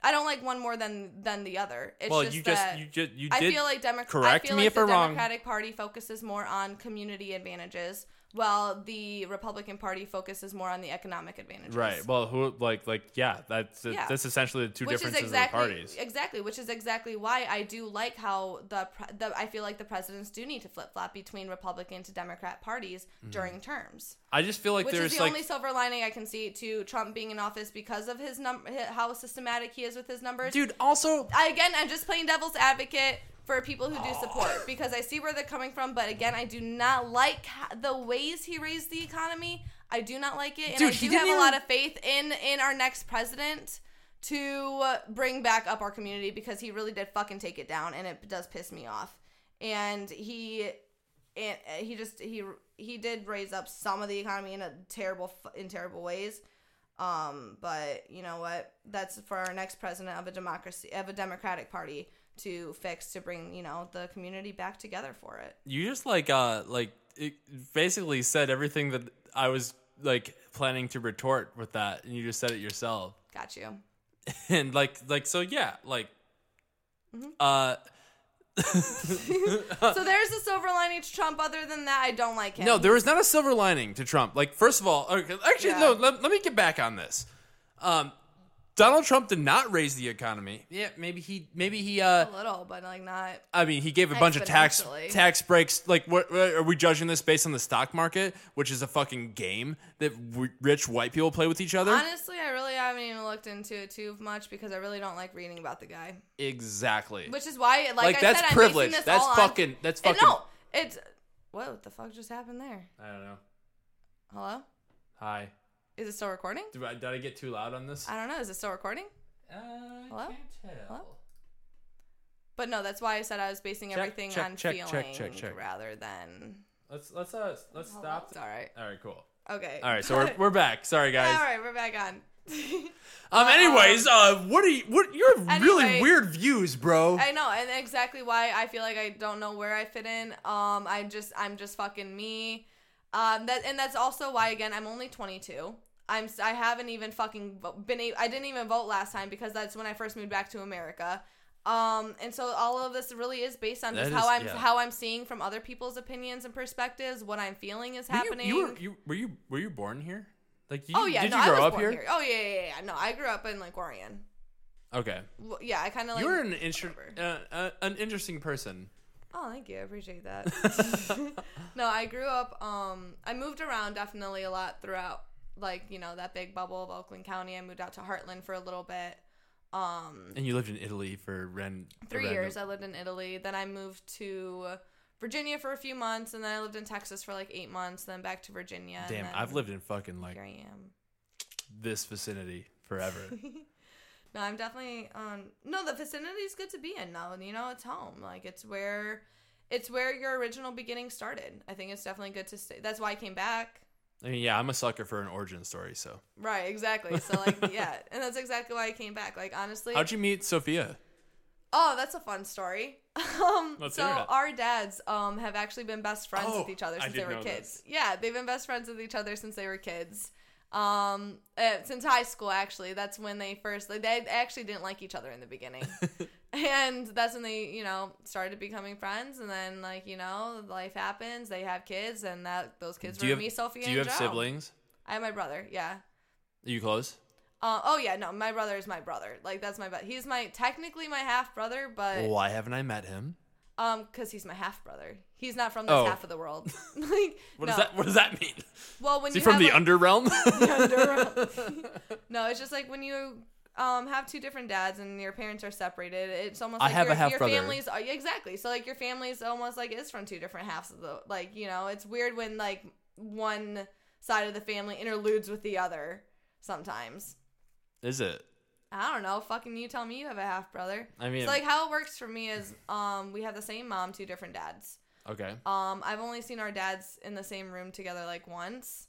B: I don't like one more than than the other. It's
A: well,
B: just
A: you
B: that
A: just you just you
B: I
A: did
B: feel like Demo-
A: correct
B: I feel
A: me
B: like
A: if
B: the
A: I'm wrong.
B: Democratic Party focuses more on community advantages, while the Republican Party focuses more on the economic advantages.
A: right. Well, who like like yeah, that's
B: Yeah.
A: that's essentially the two differences
B: exactly
A: of the parties.
B: exactly which is exactly why I do like how the, pre- the I feel like the presidents do need to flip flop between Republican to Democrat parties
A: Mm-hmm.
B: during terms,
A: I just feel like
B: which
A: there's
B: is the
A: like
B: only silver lining I can see to Trump being in office because of his num hi- how systematic he is with his numbers.
A: dude also
B: I, again, I'm just playing devil's advocate for people who do support because I see where they're coming from, but again, I do not like ha- the ways he raised the economy. I do not like it, and
A: Dude,
B: I
A: he
B: do
A: didn't
B: have
A: even-
B: a lot of faith in in our next president to uh, bring back up our community because he really did fucking take it down, and it does piss me off. And he and uh, he just he he did raise up some of the economy in a terrible f- in terrible ways um but you know what that's for our next president of a democracy of a democratic party to fix to bring you know the community back together for it
A: you just like uh like it basically said everything that I was like planning to retort with that, and you just said it yourself.
B: got you
A: and like like so yeah like
B: Mm-hmm.
A: uh
B: so there's a silver lining to trump other than that i don't like him
A: no there is not a silver lining to trump like first of all oh, okay, actually
B: Yeah.
A: no let, let me get back on this um donald trump did not raise the economy yeah maybe he maybe he uh
B: a little but like not
A: i mean he gave a bunch of tax
B: Exponentially.
A: tax breaks like what, what- are we judging this based on the stock market which is a fucking game that w- rich white people play with each other
B: honestly i really haven't even looked into it too much because i really don't like reading about the guy
A: exactly
B: which is why like,
A: like
B: I
A: that's
B: said, I'm basing
A: privilege
B: this
A: that's
B: all on-
A: fucking that's
B: And
A: fucking
B: no it's what the fuck just happened there
A: i don't know
B: hello
A: hi
B: is it still recording
A: did I, did I get too loud on this Uh,
B: i don't know is it still recording
A: I
B: Hello?
A: can't tell.
B: Hello? But no, that's why I said I was basing
A: Check,
B: everything
A: check,
B: on
A: check, check,
B: feeling
A: check, check.
B: rather than.
A: Let's let's uh let's stop.
B: It's all right.
A: All right, cool.
B: Okay.
A: All right, so we're, we're back. Sorry
B: all
A: guys.
B: right. We're back on.
A: Um. Anyways, uh, what are you? What you're really
B: Anyway.
A: weird views, bro.
B: I know, and exactly why I feel like I don't know where I fit in. Um, I just I'm just fucking me. Um, that and that's also why again I'm only 22. I'm s- I haven't even fucking vo- been a- I didn't even vote last time because that's when I first moved back to America. Um, and so all of this really is based on
A: That
B: just
A: is-
B: how I'm
A: yeah.
B: how I'm seeing from other people's opinions and perspectives, what I'm feeling is happening.
A: You, you were you were you were you born here? Like you,
B: Oh yeah,
A: did
B: no,
A: you
B: I
A: grow
B: was
A: up
B: born
A: here?
B: here? Oh yeah, yeah, yeah, yeah. No, I grew up in like Orion.
A: Okay.
B: Well, yeah, I kind of like.
A: you're an inter-
B: whatever.
A: uh, uh, an interesting person.
B: Oh, thank you. I appreciate that. no, I grew up. Um, I moved around definitely a lot throughout, like you know that big bubble of Oakland County. I moved out to Heartland for a little bit. Um,
A: And you lived in Italy for ren-
B: three
A: random-
B: years I lived in Italy. Then I moved to Virginia for a few months, and then I lived in Texas for like eight months. Then back to Virginia. and
A: Damn,
B: then
A: I've lived in fucking like
B: Here I am.
A: this vicinity forever.
B: No, I'm definitely um no, the vicinity is good to be in now. and You know, it's home. Like it's where it's where your original beginning started. I think it's definitely good to stay. That's why I came back.
A: I mean, yeah, I'm a sucker for an origin story. So,
B: Right, exactly. So like yeah, and that's exactly why I came back. Like honestly,
A: how'd you meet Sophia?
B: Oh, that's a fun story. Um,
A: Let's
B: so
A: hear it.
B: our dads um, have actually been best friends
A: Oh,
B: with each other
A: I
B: since
A: did
B: they were
A: know
B: kids. Yeah, they've been best friends with each other since they were kids. Um, uh, since high school, actually, that's when they first like, they actually didn't like each other in the beginning, and that's when they you know started becoming friends. And then like you know life happens, they have kids, and that those kids
A: do
B: were
A: you have
B: me, Sophie,
A: Do
B: and
A: you have
B: Joe.
A: siblings?
B: I have my brother. Yeah.
A: Are you close?
B: Uh, oh yeah, no, my brother is my brother. Like that's my but he's my technically my half brother, but
A: Why haven't I met him?
B: Um, because he's my half brother. He's not from this
A: Oh.
B: half of the world. like,
A: What
B: no.
A: does that What does that mean?
B: Well, when
A: Is
B: you
A: he from
B: have,
A: the
B: like-
A: underrealm?
B: no, it's just like when you um have two different dads and your parents are separated. It's almost
A: I
B: like
A: have a
B: your, your
A: half-brother.
B: families are yeah, exactly. So like your family's almost like is from two different halves of the like you know. It's weird when like one side of the family interludes with the other sometimes.
A: Is it?
B: I don't know. Fucking you tell me you have a half brother.
A: I mean-
B: so like how it works for me is um we have the same mom, two different dads.
A: Okay.
B: Um, I've only seen our dads in the same room together like once.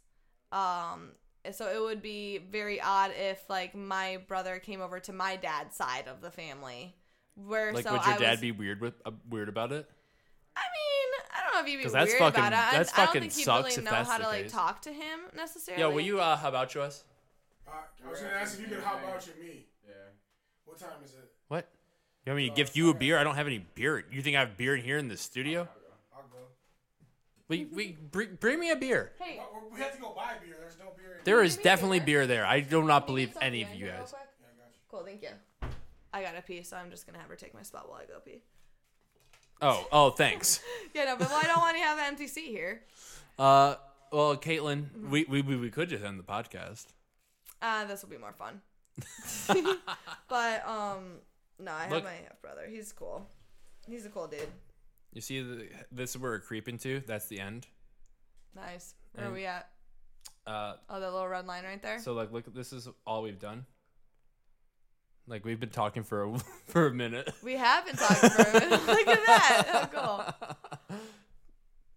B: Um, so it would be very odd if like my brother came over to my dad's side of the family. Where
A: Like,
B: so
A: would your
B: I
A: dad
B: was,
A: be weird with uh, weird about it?
B: I mean, I don't know if he'd be
A: 'Cause
B: weird
A: that's
B: about it.
A: fucking-
B: I,
A: that's
B: I don't
A: fucking
B: think he'd
A: sucks
B: really
A: if
B: know
A: that's
B: how
A: the
B: to like
A: case.
B: talk to him necessarily.
A: Yo, will you uh, how about you us?
C: I, I was gonna ask if you could hop out your me. What time is it?
A: What? You want me
C: Oh,
A: to give you a beer? I don't have any beer. You think I have beer in here in the studio?
C: I'll go.
A: We we bring, bring me a beer.
B: Hey,
C: Well, Oh, we have to go buy beer. There's no beer. In
A: There is
B: me a
A: definitely
B: beer.
A: beer there. I do not believe
B: something
A: any of
B: I
A: you
B: can real
A: guys.
B: quick?
C: Yeah, I got you.
B: Cool, thank you. I gotta pee, so I'm just gonna have her take my spot while I go pee.
A: Oh oh thanks.
B: Yeah, no, but well, I don't want to have an empty seat here.
A: Uh well Caitlin, we we we we could just end the podcast.
B: Uh, this will be more fun. but um, no, I
A: Look-
B: have my half brother. He's cool. He's a cool dude.
A: You see the, this is where we're creeping to. That's the end.
B: Nice. Where
A: And-
B: are we at?
A: Uh
B: Oh, that little red line right there.
A: so like look this is all we've done. Like we've been talking for a, for a minute.
B: we have been talking for a minute. Look at that. How cool.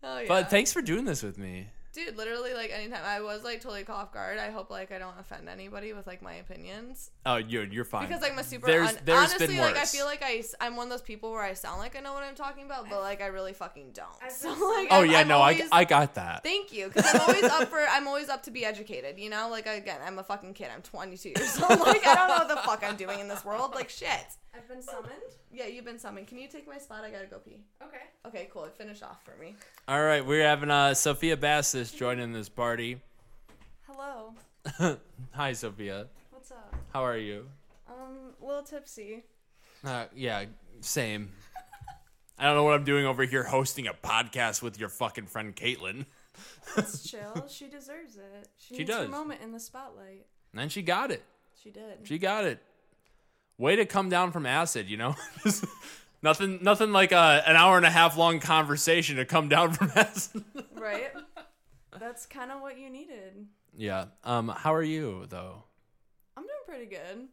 B: Oh yeah.
A: But thanks for doing this with me.
B: dude, literally like anytime I was like totally caught off guard. I hope like I don't offend anybody with like my opinions.
A: Oh, you're you're fine.
B: Because like I'm a super
A: There's-
B: un-
A: there's
B: honestly
A: been
B: like I
A: worse.
B: feel like I am one of those people where I sound like I know what I'm talking about, but like I really fucking don't. So
E: feel so
B: like
A: oh
B: I'm-
A: yeah,
B: I'm
A: no,
B: always,
A: I I got that.
B: Thank you, because I'm always up for I'm always up to be educated. You know, like again, I'm a fucking kid. I'm 22 years old. Like I don't know what the fuck I'm doing in this world. Like shit.
E: I've been summoned.
B: Yeah, you've been summoned. Can you take my spot? I gotta go pee.
E: Okay.
B: Okay, cool. Finish off for me.
A: All right, we're having uh, Sophia Bastis joining this party.
B: Hello.
A: Hi, Sophia.
B: What's up?
A: How are you?
B: Um, a little tipsy.
A: Uh, yeah, same. I don't know what I'm doing over here hosting a podcast with your fucking friend Caitlin.
I: It's chill. She deserves it. She,
A: She
I: needs
A: does.
I: her moment in the spotlight.
A: And then she got it.
I: She did.
A: She got it. Way to come down from acid, you know? Just nothing nothing like a, an hour and a half long conversation to come down from acid.
I: Right? That's kind of what you needed.
A: yeah. Um, how are you, though?
I: I'm doing pretty good.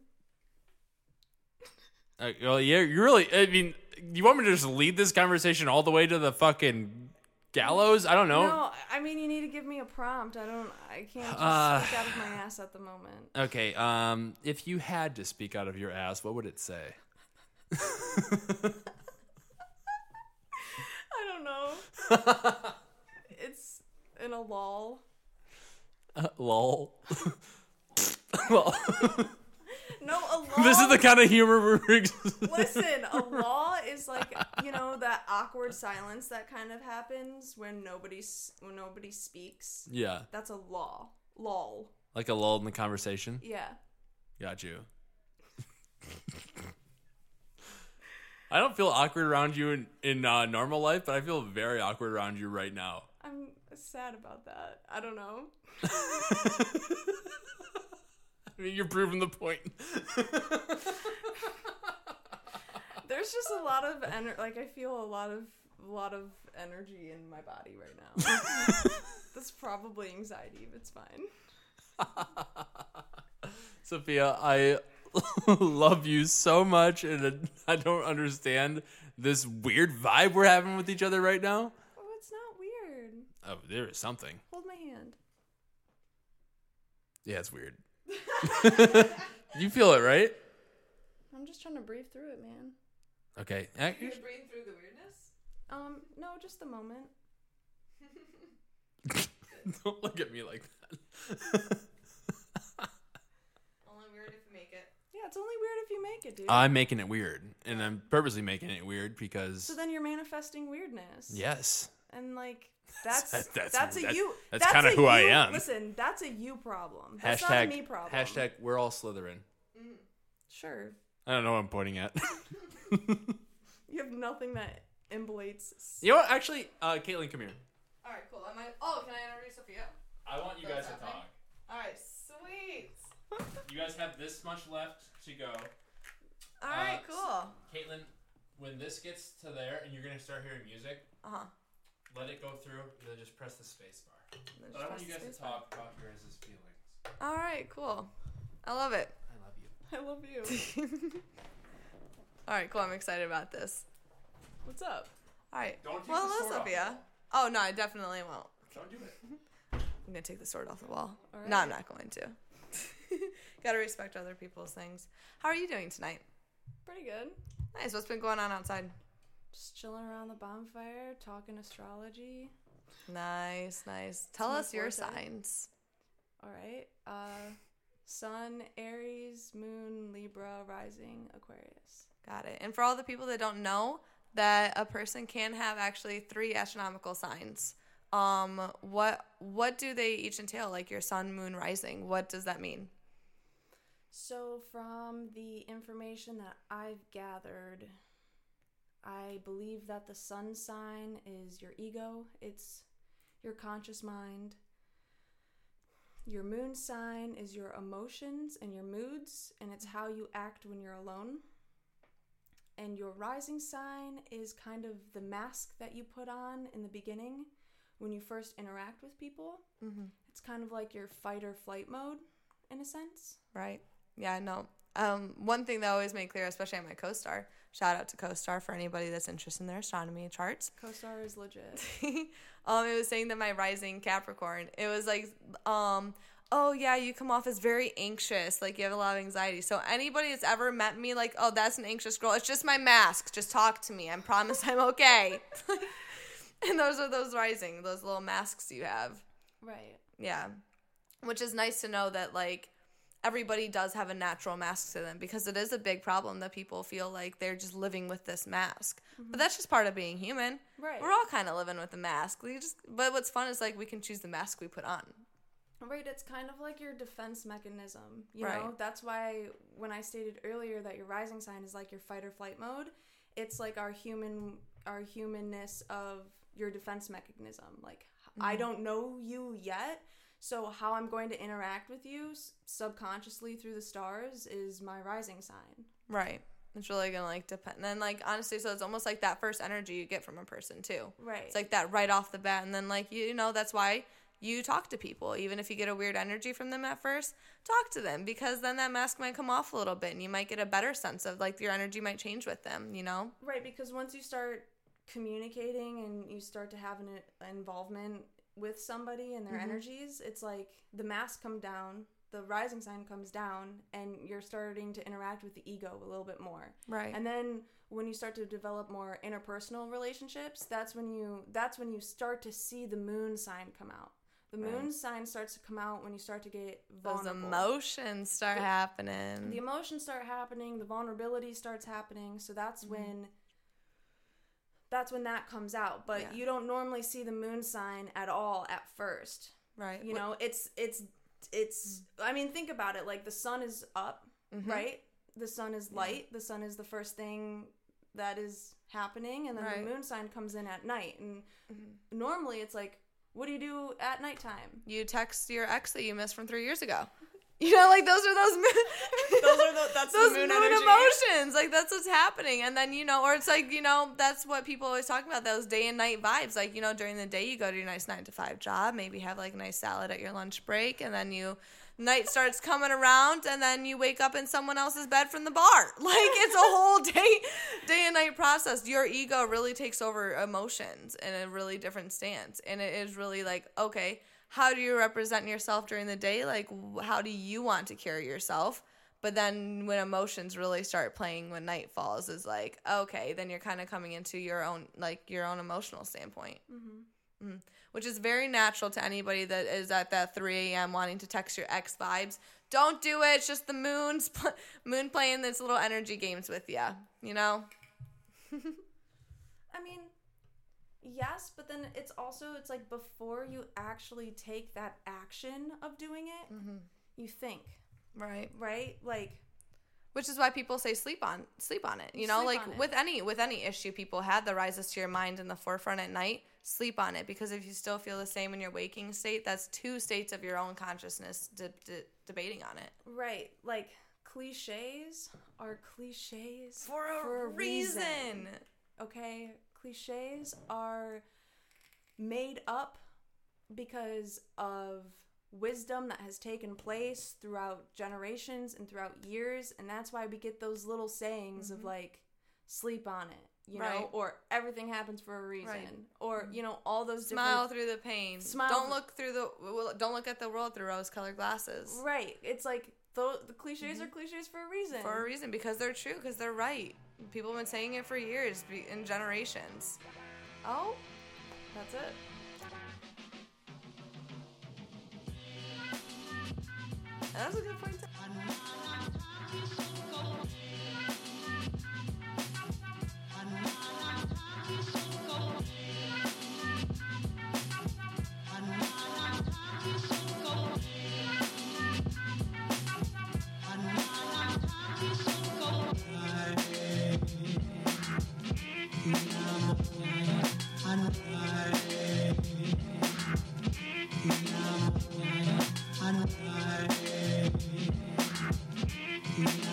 A: Uh, well, yeah, you really. I mean, you want me to just lead this conversation all the way to the fucking gallows? I don't know.
I: No, I mean you need to give me a prompt. I don't. I can't just
A: Uh.
I: speak out of my ass at the moment.
A: Okay. Um, if you had to speak out of your ass, what would it say?
I: I don't know. it's in a lull.
A: Uh, lol. Lol.
I: No, a lull.
A: this is the kind of humor we're.
I: Listen, a lull is like you know that awkward silence that kind of happens when nobody s- when nobody speaks.
A: yeah,
I: That's a lull. Lull.
A: like a lull in the conversation.
I: Yeah.
A: Got you. I don't feel awkward around you in in uh, normal life, but I feel very awkward around you right now.
I: I'm sad about that. I don't know.
A: I mean, you're proving the point.
I: There's just a lot of ener- like I feel a lot of lot of energy in my body right now. That's probably anxiety, but it's fine.
A: Sophia, I love you so much, and I don't understand this weird vibe we're having with each other right now.
I: Oh, it's not weird.
A: Oh, there is something.
I: Hold my hand.
A: Yeah, it's weird. you feel it, right?
I: I'm just trying to breathe through it, man.
A: Okay. ac-
B: Breathe through the weirdness.
I: Um, no, just the moment.
A: Don't look at me like that.
B: Only weird if you make it.
I: Yeah, it's only weird if you make it, dude.
A: I'm making it weird, and I'm purposely making it weird because
I: so then you're manifesting weirdness.
A: yes,
I: And like that's
A: That- that's-
I: that's, a
A: that-
I: you.
A: that's kinda
I: a
A: who I
I: you-
A: am.
I: Listen, that's a you problem. That's not a
A: hashtag
I: me problem.
A: hashtag we're all Slytherin.
I: Sure.
A: I don't know what I'm pointing at.
I: You have nothing that emulates
A: you know what? Actually, uh, Caitlin, come here.
B: All right, cool. Am I? Oh, can I interview Sophia?
A: I want you guys to
B: happening?
A: talk.
B: All right, sweet.
A: You guys have this much left to go.
B: All right,
A: Uh,
B: cool.
A: Caitlin, when this gets to there and you're gonna start hearing music,
B: Uh huh.
A: let it go through and then just press the space bar. But I want you guys to talk about your guys' feelings.
B: All right, cool. I love it.
A: I love you.
I: I love you.
B: All right, cool. I'm excited about this.
I: What's up?
B: All right.
A: Don't take
B: well,
A: the
B: hello,
A: sword off
B: Sophia. Oh no, I definitely won't.
A: Don't do it.
B: I'm gonna take the sword off the wall. No, I'm not going to. Gotta respect other people's things. How are you doing tonight?
I: Pretty good.
B: Nice. What's been going on outside?
I: Just chilling around the bonfire, talking astrology.
B: Nice, nice. Tell
I: my
B: us your
I: forte.
B: signs.
I: All right. Uh, Sun, Aries, Moon, Libra, Rising, Aquarius.
B: Got it. And for all the people that don't know, that a person can have actually three astronomical signs. Um, what what do they each entail? Like your sun, moon, rising. What does that mean?
I: So, from the information that I've gathered, I believe that the sun sign is your ego, it's your conscious mind. Your moon sign is your emotions and your moods, and it's how you act when you're alone. And your rising sign is kind of the mask that you put on in the beginning when you first interact with people. It's kind of like your fight or flight mode, in a sense.
B: Right. Yeah, no. Um, one thing that I always made clear, especially on my co-star, shout out to co-star for anybody that's interested in their astronomy charts.
I: CoStar is legit.
B: um, it was saying that my rising Capricorn, it was like, um, oh yeah, you come off as very anxious, like you have a lot of anxiety. So anybody that's ever met me, like, oh, that's an anxious girl. It's just my mask. Just talk to me. I promise I'm okay. and those are those rising, those little masks you have.
I: Right.
B: Yeah. Which is nice to know that like everybody does have a natural mask to them because it is a big problem that people feel like they're just living with this mask. But that's just part of being human.
I: Right.
B: We're all kind of living with a mask. We just but what's fun is like we can choose the mask we put on.
I: Right, it's kind of like your defense mechanism. You
B: Right.
I: know, that's why when I stated earlier that your rising sign is like your fight or flight mode, it's like our human our humanness of your defense mechanism. Like I don't know you yet, so how I'm going to interact with you s- subconsciously through the stars is my rising sign.
B: Right. It's really gonna like depend. And then like honestly, so it's almost like that first energy you get from a person too.
I: Right.
B: It's like that right off the bat, and then like you know that's why you talk to people, even if you get a weird energy from them at first. Talk to them because then that mask might come off a little bit, and you might get a better sense of like your energy might change with them. You know.
I: Right, because once you start communicating and you start to have an an involvement with somebody and their
B: Mm-hmm.
I: energies, it's like the mask come down, the rising sign comes down, and you're starting to interact with the ego a little bit more.
B: Right.
I: And then when you start to develop more interpersonal relationships, that's when you that's when you start to see the moon sign come out. The moon sign starts to come out when you start to get
B: Those
I: vulnerable
B: emotions start happening.
I: the emotions start happening the vulnerability starts happening so that's
B: Mm-hmm.
I: when that's when that comes out but
B: Yeah.
I: you don't normally see the moon sign at all at first
B: right.
I: you know it's it's it's
B: Mm.
I: i mean think about it like the sun is up
B: Mm-hmm.
I: right the sun is light the sun is the first thing that is happening and then
B: Right. Mm-hmm.
I: the moon sign comes in at night and normally it's like what do you do at nighttime
B: You text your ex that you missed from three years ago. You know, like those are those. Mo-
I: Those are the- that's the
B: those
I: moon
B: moon,
I: energy.
B: emotions. Like that's what's happening, and then you know, or it's like you know, that's what people always talk about. Those day and night vibes. Like you know, during the day you go to your nice nine to five job, maybe have like a nice salad at your lunch break, and then you night starts coming around, and then you wake up in someone else's bed from the bar. Like it's a whole day, day and night process. Your ego really takes over emotions in a really different stance, and it is really like okay how do you represent yourself during the day like wh- how do you want to carry yourself but then when emotions really start playing when night falls is like okay then you're kind of coming into your own like your own emotional standpoint Mhm. which is very natural to anybody that is at that 3 a.m wanting to text your ex vibes don't do it it's just the moon's pl- moon playing this little energy games with you you know
I: I mean, yes, but then it's also it's like before you actually take that action of doing it, you think,
B: right
I: right? Like
B: which is why people say sleep on sleep on it you know
I: Sleep on
B: like
I: it.
B: with any with any issue people had that rises to your mind in the forefront at night sleep on it because if you still feel the same in your waking state that's two states of your own consciousness de- de- debating on it
I: right, like clichés are clichés Okay, clichés are made up because of wisdom that has taken place throughout generations and throughout years and that's why we get those little sayings of like sleep on it you know
B: Mm-hmm. Right.
I: or everything happens for a reason
B: Right. Mm-hmm.
I: or you know all those
B: smile
I: different
B: through the pain
I: Smile
B: don't
I: th-
B: look through the well, don't look at the world through rose colored glasses
I: right it's like the, the cliches are cliches for a reason
B: Mm-hmm. for a reason because they're true because they're right people have been saying it for years be- in generations
I: oh that's it
H: Thank
B: That's a good point. too.
H: Thank you.